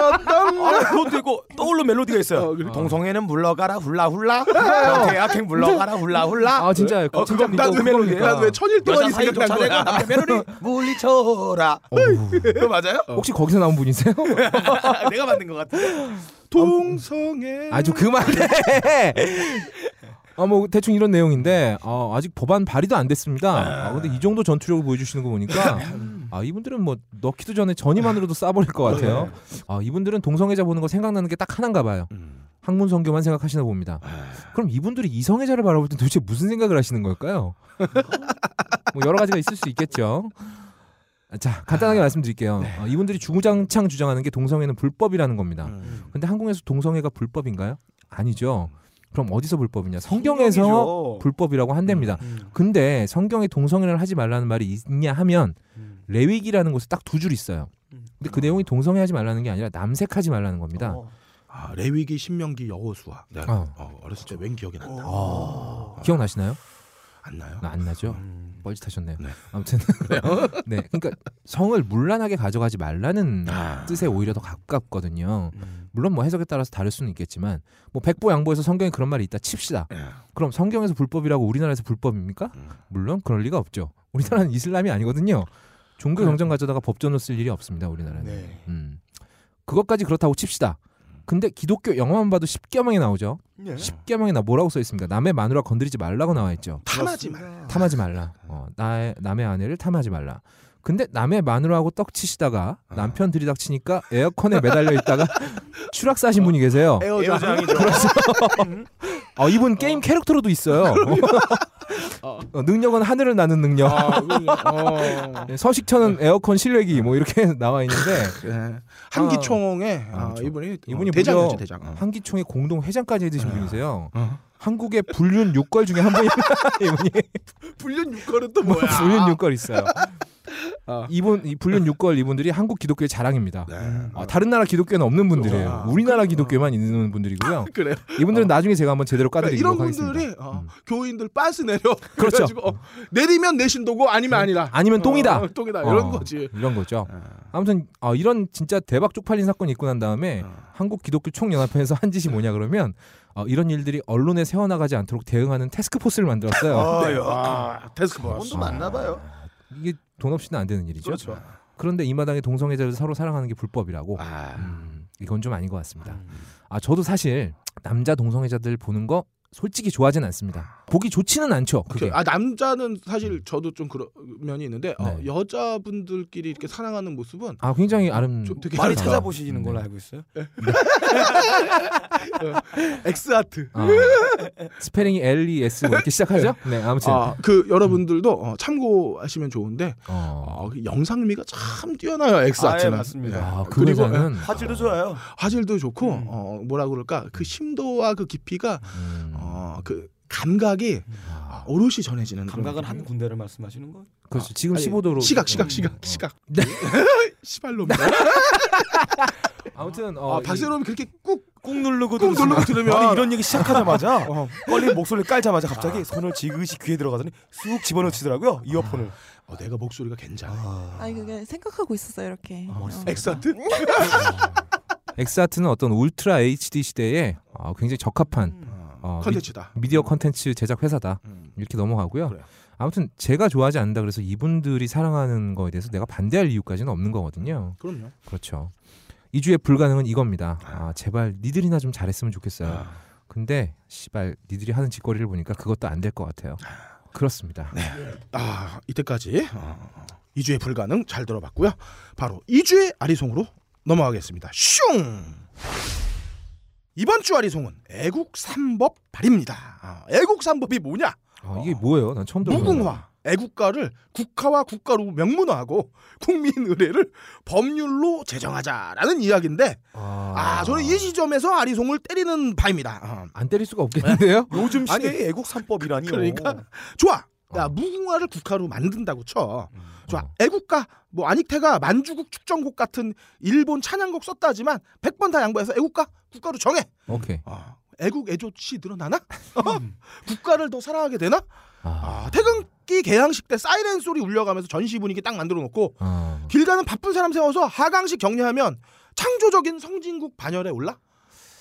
S2: 아, 그것도 있고 떠오른 멜로디가 있어요.
S4: 어, 그래.
S2: 동성애는 물러가라 훌라훌라. 대학생 물러가라 훌라훌라.
S3: 아 진짜
S2: 어,
S3: 진짜
S4: 뭐
S3: 아.
S2: 그거 난
S3: 믿어, 그거니까.
S2: 멜로디예요.
S4: 난 왜 천일
S2: 여자
S4: 동안이
S2: 사이
S4: 생각난
S2: 쫓아내가
S4: 거야?
S2: 남자 며느리 물리쳐라.
S3: 어우.
S2: 그거 맞아요?
S3: 혹시 거기서 나온 분이세요?
S2: 내가 만든 것 같아.
S4: 동성애
S3: 아주 그만해. 아뭐 대충 이런 내용인데 어, 아직 법안 발의도 안 됐습니다. 아, 근데 이 정도 전투력을 보여주시는 거 보니까 아 이분들은 뭐 넣기도 전에 전이만으로도 싸버릴 것 같아요. 아 이분들은 동성애자 보는 거 생각나는 게 딱 하나인가 봐요.
S4: 음.
S3: 학문 선교만 생각하시나 봅니다. 그럼 이분들이 이성애자를 바라볼 때 도대체 무슨 생각을 하시는 걸까요? 뭐 여러 가지가 있을 수 있겠죠. 자 간단하게 말씀드릴게요. 어, 이분들이 주구장창 주장하는 게 동성애는 불법이라는 겁니다.
S4: 음.
S3: 근데 한국에서 동성애가 불법인가요? 아니죠. 그럼 어디서 불법이냐? 성경에서
S2: 성경이죠.
S3: 불법이라고 한답니다.
S2: 어. 음.
S3: 근데 성경에 동성애를 하지 말라는 말이 있냐 하면
S2: 음.
S3: 레위기라는 곳에 딱 두 줄 있어요.
S2: 음.
S3: 근데 그 내용이 동성애 하지 말라는 게 아니라 남색하지 말라는 겁니다.
S2: 어.
S4: 아, 레위기 신명기 여호수아 내가
S3: 어.
S4: 어. 어렸을 때 웬 기억이 난다
S3: 기억나시나요?
S4: 안 나요?
S3: 아, 안 나죠.
S2: 음.
S3: 뻘짓하셨네요.
S4: 네.
S3: 아무튼 네, 그러니까 성을 문란하게 가져가지 말라는
S4: 아.
S3: 뜻에 오히려 더 가깝거든요.
S2: 음.
S3: 물론 뭐 해석에 따라서 다를 수는 있겠지만 뭐 백보 양보에서 성경에 그런 말이 있다 칩시다.
S2: 예.
S3: 그럼 성경에서 불법이라고 우리나라에서 불법입니까?
S2: 음.
S3: 물론 그럴 리가 없죠. 우리나라는 이슬람이 아니거든요. 종교 경전 가져다가 법전으로 쓸 일이 없습니다. 우리나라는.
S2: 음. 네.
S3: 음. 그것까지 그렇다고 칩시다. 근데 기독교 영어만 봐도 10개명이 나오죠.
S2: 네.
S3: 10개명이나 뭐라고 써 있습니까? 남의 마누라 건드리지 말라고 나와 있죠.
S4: 탐하지 말.
S3: 아, 탐하지 말라. 어, 나의 남의 아내를 탐하지 말라. 근데 남의 마누라하고 떡치시다가
S4: 아.
S3: 남편 들이닥치니까 에어컨에 매달려 있다가 추락사신 분이 계세요.
S4: 네, 예,
S2: 에어장이죠.
S3: 어, 이분 게임 캐릭터로도 있어요. 어, 능력은 하늘을 나는 능력.
S4: 아, 그럼요. 어.
S3: 예, 서식처는 에어컨 실외기 뭐 이렇게 나와 있는데
S4: 네. 한기총에
S3: 아,
S4: 아,
S3: 그렇죠.
S4: 이분이
S3: 이분이
S4: 어, 대장이죠
S3: 무려
S4: 대장. 어.
S3: 한기총의 공동 회장까지 해드신 분이세요.
S4: 어.
S3: 한국의 불륜 육걸 중에 한 분이 이분이
S4: 불륜 육걸은 또
S3: 뭐
S4: 뭐야?
S3: 불륜 육걸 있어요.
S4: 어.
S3: 이분 이 불륜 육걸 이분들이 한국 기독교의 자랑입니다.
S4: 네.
S3: 아, 다른 나라 기독교는 없는 분들이에요.
S4: 아,
S3: 우리나라 기독교만 있는 분들이고요.
S4: 그래요.
S3: 이분들은 나중에 제가 한번 제대로 까드리도록
S4: 그러니까 네, 이런
S3: 하겠습니다.
S4: 분들이 어,
S3: 음.
S4: 교인들 빤스 내려
S3: 그렇죠. 음.
S4: 그래가지고 어, 내리면 내 신도고 아니면 아니라
S3: 아니면 똥이다.
S4: 어, 똥이다 이런
S3: 어,
S4: 거지.
S3: 이런 거죠.
S4: 어.
S3: 아무튼 아, 이런 진짜 대박 쪽팔린 사건이 있고 난 다음에
S4: 어.
S3: 한국 기독교 총연합회에서 한 짓이 뭐냐 그러면 어, 이런 일들이 언론에 세워나가지 않도록 대응하는 테스크포스를 만들었어요.
S2: 아유.
S4: 아, 데스크버스.
S3: 아.
S9: 돈도 많나 봐요.
S3: 이게 돈 없이는 안 되는 일이죠.
S4: 그렇죠.
S3: 그런데 이 마당에 동성애자를 서로 사랑하는 게 불법이라고.
S4: 아,
S3: 음, 이건 좀 아닌 것 같습니다.
S4: 음.
S3: 아 저도 사실 남자 동성애자들 보는 거 솔직히 좋아하진 않습니다. 보기 좋지는 않죠. 그게
S4: 아 남자는 사실 저도 좀 그런 면이 있는데 어,
S3: 네.
S4: 여자분들끼리 이렇게 사랑하는 모습은
S3: 아 굉장히 아름
S4: 좀 되게
S2: 많이
S4: 다르다.
S2: 찾아보시는 걸로
S3: 네.
S2: 알고 있어요.
S4: 엑스아트.
S3: 아, 스페링이 L E S 뭐 이렇게 시작하죠. 네 아무튼
S4: 아, 그 여러분들도 어, 참고하시면 좋은데
S3: 어.
S4: 어, 영상미가 참 뛰어나요 엑스아트는.
S2: 아예 맞습니다.
S3: 아, 그
S4: 그리고, 예,
S3: 여자는
S2: 화질도 좋아요.
S4: 화질도 좋고
S2: 음.
S4: 어, 뭐라 그럴까 그 심도와 그 깊이가
S3: 음,
S4: 어, 그 감각이
S3: 아,
S4: 오롯이 전해지는 그런
S2: 감각은
S4: 느낌.
S2: 한 군데를 말씀하시는 거?
S3: 그렇죠. 지금
S4: 아니,
S3: 15도로
S4: 시각 시각 시각 시각
S3: 네.
S4: 시발놈
S3: 아무튼 어,
S4: 아, 네. 박세롬이 그렇게 꾹
S2: 꾹 누르고
S4: 꾹 누르고 들으면
S2: 아니 이런 얘기 시작하자마자
S4: 어.
S2: 걸린 목소리를 깔자마자 갑자기 손을 지그시 귀에 들어가더니 쑥 집어넣으시더라고요 이어폰을.
S4: 어, 내가 목소리가 괜찮아
S5: 아니 그게 생각하고 있었어요 이렇게.
S2: 멋있어.
S4: 엑사트
S3: 엑스아트는 어떤 울트라 HD 시대에 어, 굉장히 적합한 어, 미,
S4: 음. 컨텐츠다
S3: 미디어 컨텐츠 제작 회사다
S4: 음.
S3: 이렇게 넘어가고요.
S4: 그래요.
S3: 아무튼 제가 좋아하지 않는다 그래서 이분들이 사랑하는 거에 대해서 내가 반대할 이유까지는 없는 거거든요.
S4: 그럼요
S3: 그렇죠. 이 주의 불가능은 이겁니다. 아 제발 니들이나 좀 잘했으면
S4: 아.
S3: 좋겠어요. 근데 시발 니들이 하는 짓거리를 보니까 그것도 안 될 것 같아요. 그렇습니다.
S4: 네. 아 이때까지 어, 2주의 불가능 잘 들어봤고요 바로 2주의 아리송으로 넘어가겠습니다 슝 이번 주 아리송은 애국삼법 발입니다 아, 애국삼법이 뭐냐
S3: 아, 이게 뭐예요? 난 처음 들어보는
S4: 무궁화 애국가를 국가와 국가로 명문화하고 국민 의례를 법률로 제정하자라는 이야기인데
S3: 아,
S4: 아 저는 이 지점에서 아리송을 때리는 바입니다. 어.
S3: 안 때릴 수가 없겠는데요?
S2: 요즘
S4: 아니,
S2: 시대의 애국 삼법이라니요.
S4: 그러니까 좋아. 야
S3: 어.
S4: 무궁화를 국가로 만든다고 쳐.
S2: 음.
S4: 좋아.
S3: 어.
S4: 애국가 뭐 안익태가 만주국 축정곡 같은 일본 찬양곡 썼다지만 100번 다 양보해서 애국가 국가로 정해.
S3: 오케이.
S4: 어. 애국 애조치 늘어나나? 어? 국가를 더 사랑하게 되나?
S3: 아,
S4: 아, 퇴근길 개항식 때 사이렌 소리 울려가면서 전시 분위기 딱 만들어 놓고
S3: 아,
S4: 길 가는 바쁜 사람 세워서 하강식 격려하면 창조적인 성진국 반열에 올라?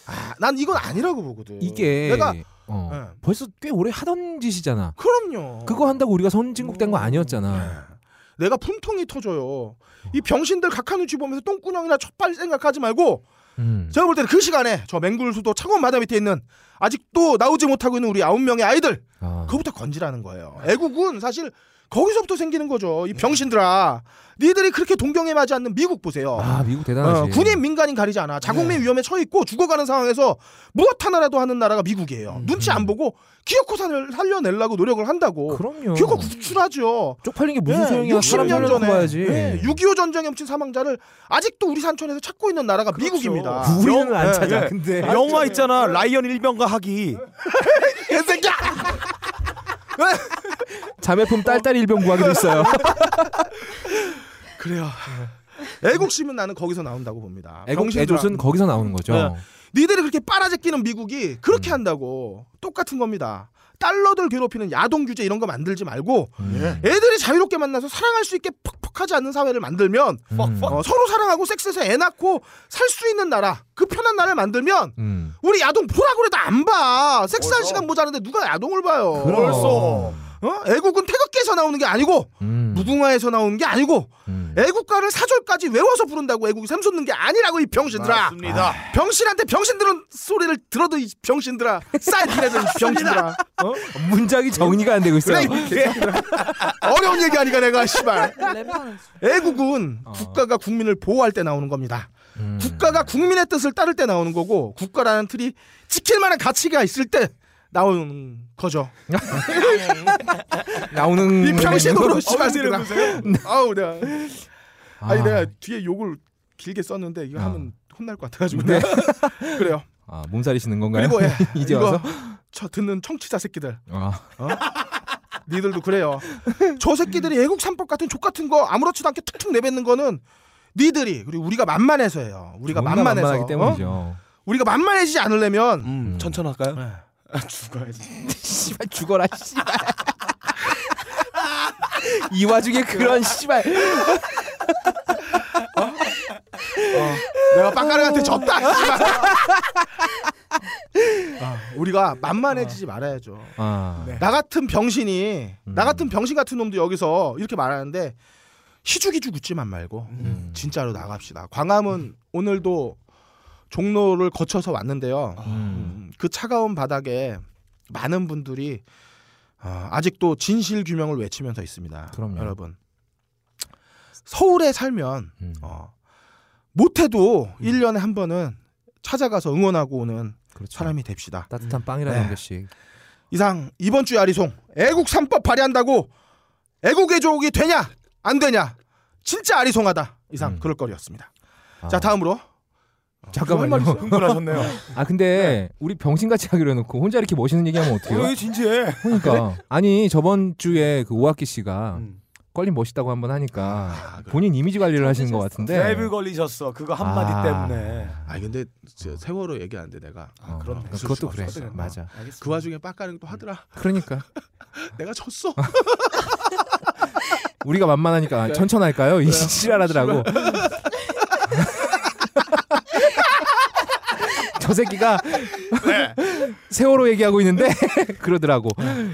S4: 아, 난 이건 아니라고 보거든.
S3: 이게
S4: 내가
S3: 어,
S4: 예.
S3: 벌써 꽤 오래 하던 짓이잖아.
S4: 그럼요.
S3: 어. 그거 한다고 우리가 선진국 된 거 아니었잖아.
S4: 예. 내가 품통이 터져요. 이 병신들 각하 눈치 보면서 똥꾸녕이나 첫발 생각하지 말고
S3: 음.
S4: 제가 볼 때는 그 시간에 저 맹굴 수도 창원 바다 밑에 있는 아직도 나오지 못하고 있는 우리 아홉 명의 아이들
S3: 아,
S4: 그거부터 건지라는 거예요. 애국은 사실 거기서부터 생기는 거죠. 이 병신들아, 니들이 그렇게 동경에 맞지 않는 미국 보세요.
S3: 아, 미국 대단하지.
S4: 어, 군인 민간인 가리지 않아
S3: 네.
S4: 자국민 위험에 처해 있고 죽어가는 상황에서 무엇 하나라도 하는 나라가 미국이에요.
S3: 음.
S4: 눈치 안 보고 기어코 산을 살려내려고 노력을 한다고.
S3: 그럼요.
S4: 기어코 구출하죠.
S3: 쪽팔린 게 무슨
S4: 예,
S3: 소용이야? 사람
S4: 60년
S3: 살려놓고
S4: 전에.
S3: 봐야지.
S4: 예, 6.25 전쟁에 묻힌 사망자를 아직도 우리 산천에서 찾고 있는 나라가
S3: 그렇죠.
S4: 미국입니다.
S3: 어,
S4: 네,
S3: 우리는 안
S2: 예,
S3: 찾아.
S2: 예.
S3: 근데
S2: 영화 있잖아 라이언 일병과 하기.
S4: 개새끼야!
S3: 자매품 딸딸이 일병 구하기도 있어요.
S4: 그래요. 애국심은 나는 거기서 나온다고 봅니다.
S3: 네. 애국
S4: 병신들아.
S3: 애조는 거기서 나오는 거죠. 음.
S4: 네. 니들이 그렇게 빨아제끼는 미국이 그렇게 한다고 똑같은 겁니다. 달러들 괴롭히는 야동 규제 이런 거 만들지 말고
S3: 음.
S4: 애들이 자유롭게 만나서 사랑할 수 있게 퍽퍽하지 않는 사회를 만들면
S3: 음.
S4: 어, 서로 사랑하고 섹스해서 애 낳고 살 수 있는 나라 그 편한 나라를 만들면
S3: 음.
S4: 우리 야동 보라고 해도 안봐 섹스할
S2: 맞아.
S4: 시간 모자란데 누가 야동을 봐요
S3: 그럼.
S2: 벌써.
S4: 어? 애국은 태극기에서 나오는 게 아니고
S3: 음.
S4: 무궁화에서 나오는 게 아니고
S3: 음.
S4: 애국가를 사절까지 외워서 부른다고 애국이 샘솟는 게 아니라고 이 병신들아
S2: 맞습니다.
S4: 병신한테 병신들은 소리를 들어도 이 병신들아 사이트라는 병신들아
S3: 어? 문장이 정리가 안
S2: 네.
S3: 되고 있어요.
S4: 그래 이 개새끼들아. 어려운 얘기하니까 내가 씨발
S5: 랩하는
S4: 애국은
S3: 어.
S4: 국가가 국민을 보호할 때 나오는 겁니다
S3: 음.
S4: 국가가 국민의 뜻을 따를 때 나오는 거고 국가라는 틀이 지킬 만한 가치가 있을 때 나오는 거죠
S3: 나오는 음.
S4: 이 병신으로 씨발
S2: 어른들은
S4: 새끼들아
S2: 그러세요?
S4: 아우 내가
S3: 아.
S4: 아니 네. 내가 뒤에 욕을 길게 썼는데 이거
S3: 아.
S4: 하면 혼날 것 같아가지고 네. 그래요
S3: 아, 몸살이시는 건가요?
S4: 그리고 예,
S3: 이제
S4: 이거
S3: 와서
S4: 저 듣는 청취자 새끼들
S3: 아,
S4: 니들도 그래요. 저 새끼들이 애국 삼법 같은 족 같은 거 아무렇지도 않게 툭툭 내뱉는 거는 니들이 그리고 우리가 만만해서예요. 우리가
S3: 존나
S4: 만만해서
S3: 만만하기 때문이죠.
S4: 어? 우리가 만만해지지 않으려면
S3: 음.
S9: 천천할까요?
S2: 네.
S4: 아, 죽어야지.
S9: 씨발 죽어라 씨발. 이 와중에 그런 씨발
S4: 내가 빵가루한테 졌다. 씨발. 아, 우리가 만만해지지 말아야죠.
S3: 아,
S4: 나 같은 병신이
S3: 음.
S4: 나 같은 병신 같은 놈도 여기서 이렇게 말하는데 희죽이죽 웃지만 말고
S3: 음.
S4: 진짜로 나갑시다. 광화문 오늘도 종로를 거쳐서 왔는데요.
S3: 음.
S4: 음, 그 차가운 바닥에 많은 분들이 아, 아직도 진실 규명을 외치면서 있습니다.
S3: 그럼요.
S4: 여러분 서울에 살면
S3: 음.
S4: 어, 못해도 1년에 한 번은 찾아가서 응원하고 오는
S3: 그렇죠.
S4: 사람이 됩시다.
S3: 따뜻한 빵이라는
S4: 네.
S3: 것씩.
S4: 이상 이번 주에 아리송 애국 삼법 발의한다고 애국의 조국이 되냐 안 되냐 진짜 아리송하다. 이상
S3: 음.
S4: 그럴 거리였습니다.
S3: 아.
S4: 자 다음으로
S3: 잠깐만요.
S2: 흥분하셨네요.
S3: 아 근데 우리 병신같이 하기로 해놓고 혼자 이렇게 멋있는 얘기하면 어떡해요?
S2: 왜 진지해?
S3: 그러니까 아니 저번 주에 그 오학기 씨가
S2: 음.
S3: 껄림 멋있다고 한번 하니까 본인 이미지 관리를 하시는 것 같은데
S2: 데뷔 걸리셨어. 그거 한마디
S3: 아.
S2: 때문에.
S4: 아 근데 저 세월호 얘기하는데 내가 아,
S3: 어,
S2: 그렇네.
S3: 그러니까 그것도 그래
S2: 그렇네.
S3: 맞아
S2: 알겠습니다.
S4: 그 와중에 빡가는 또 하더라.
S3: 그러니까
S4: 내가 졌어.
S3: 우리가 만만하니까 아, 천천할까요? 이 지랄하더라고. 저 새끼가 세월호 얘기하고 있는데 그러더라고.
S4: 아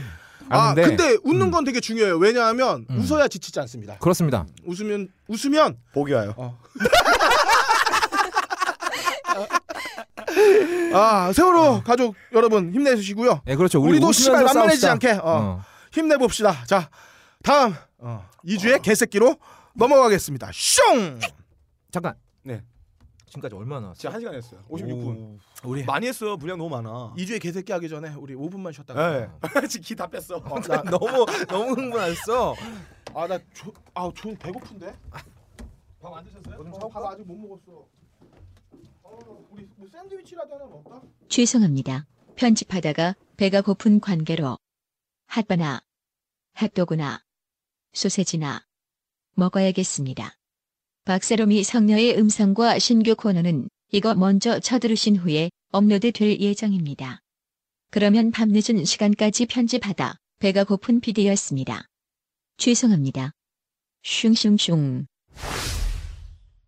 S3: 아 근데,
S4: 근데 음. 웃는 건 되게 중요해요. 왜냐하면
S3: 음.
S4: 웃어야 지치지 않습니다.
S3: 그렇습니다.
S4: 웃으면 웃으면 어.
S2: 복이 와요.
S4: 아 세월호 가족 여러분 힘내주시고요.
S3: 예 그렇죠. 우리
S4: 우리도 씨발
S3: 웃으면서
S4: 만만해지지
S3: 싸웁시다.
S4: 않게 어,
S3: 어.
S4: 힘내봅시다. 자 다음 어, 2주의 개새끼로 넘어가겠습니다. 숑!
S3: 잠깐.
S2: 네.
S3: 지금까지 얼마나?
S2: 진짜 한 시간 했어요. 56분. 우리 많이 했어요. 분량 너무 많아.
S4: 2주의 개새끼 하기 전에 우리 5분만 쉬었다가
S2: 예. 지금 기다 뺐어.
S9: 너무 너무 흥분했어.
S4: 아나 아우 좀 배고픈데 밥 안 드셨어요? 저밥 아직 못 먹었어 어, 우리 뭐 샌드위치라도 하나 먹을까?
S1: 죄송합니다. 편집하다가 배가 고픈 관계로 핫바나, 핫도그나, 소세지나 먹어야겠습니다. 박세롬이 성녀의 음성과 신규 코너는 이거 먼저 쳐들으신 후에 업로드 될 예정입니다. 그러면 밤늦은 시간까지 편집하다 배가 고픈 피디였습니다. 죄송합니다. 슝슝슝.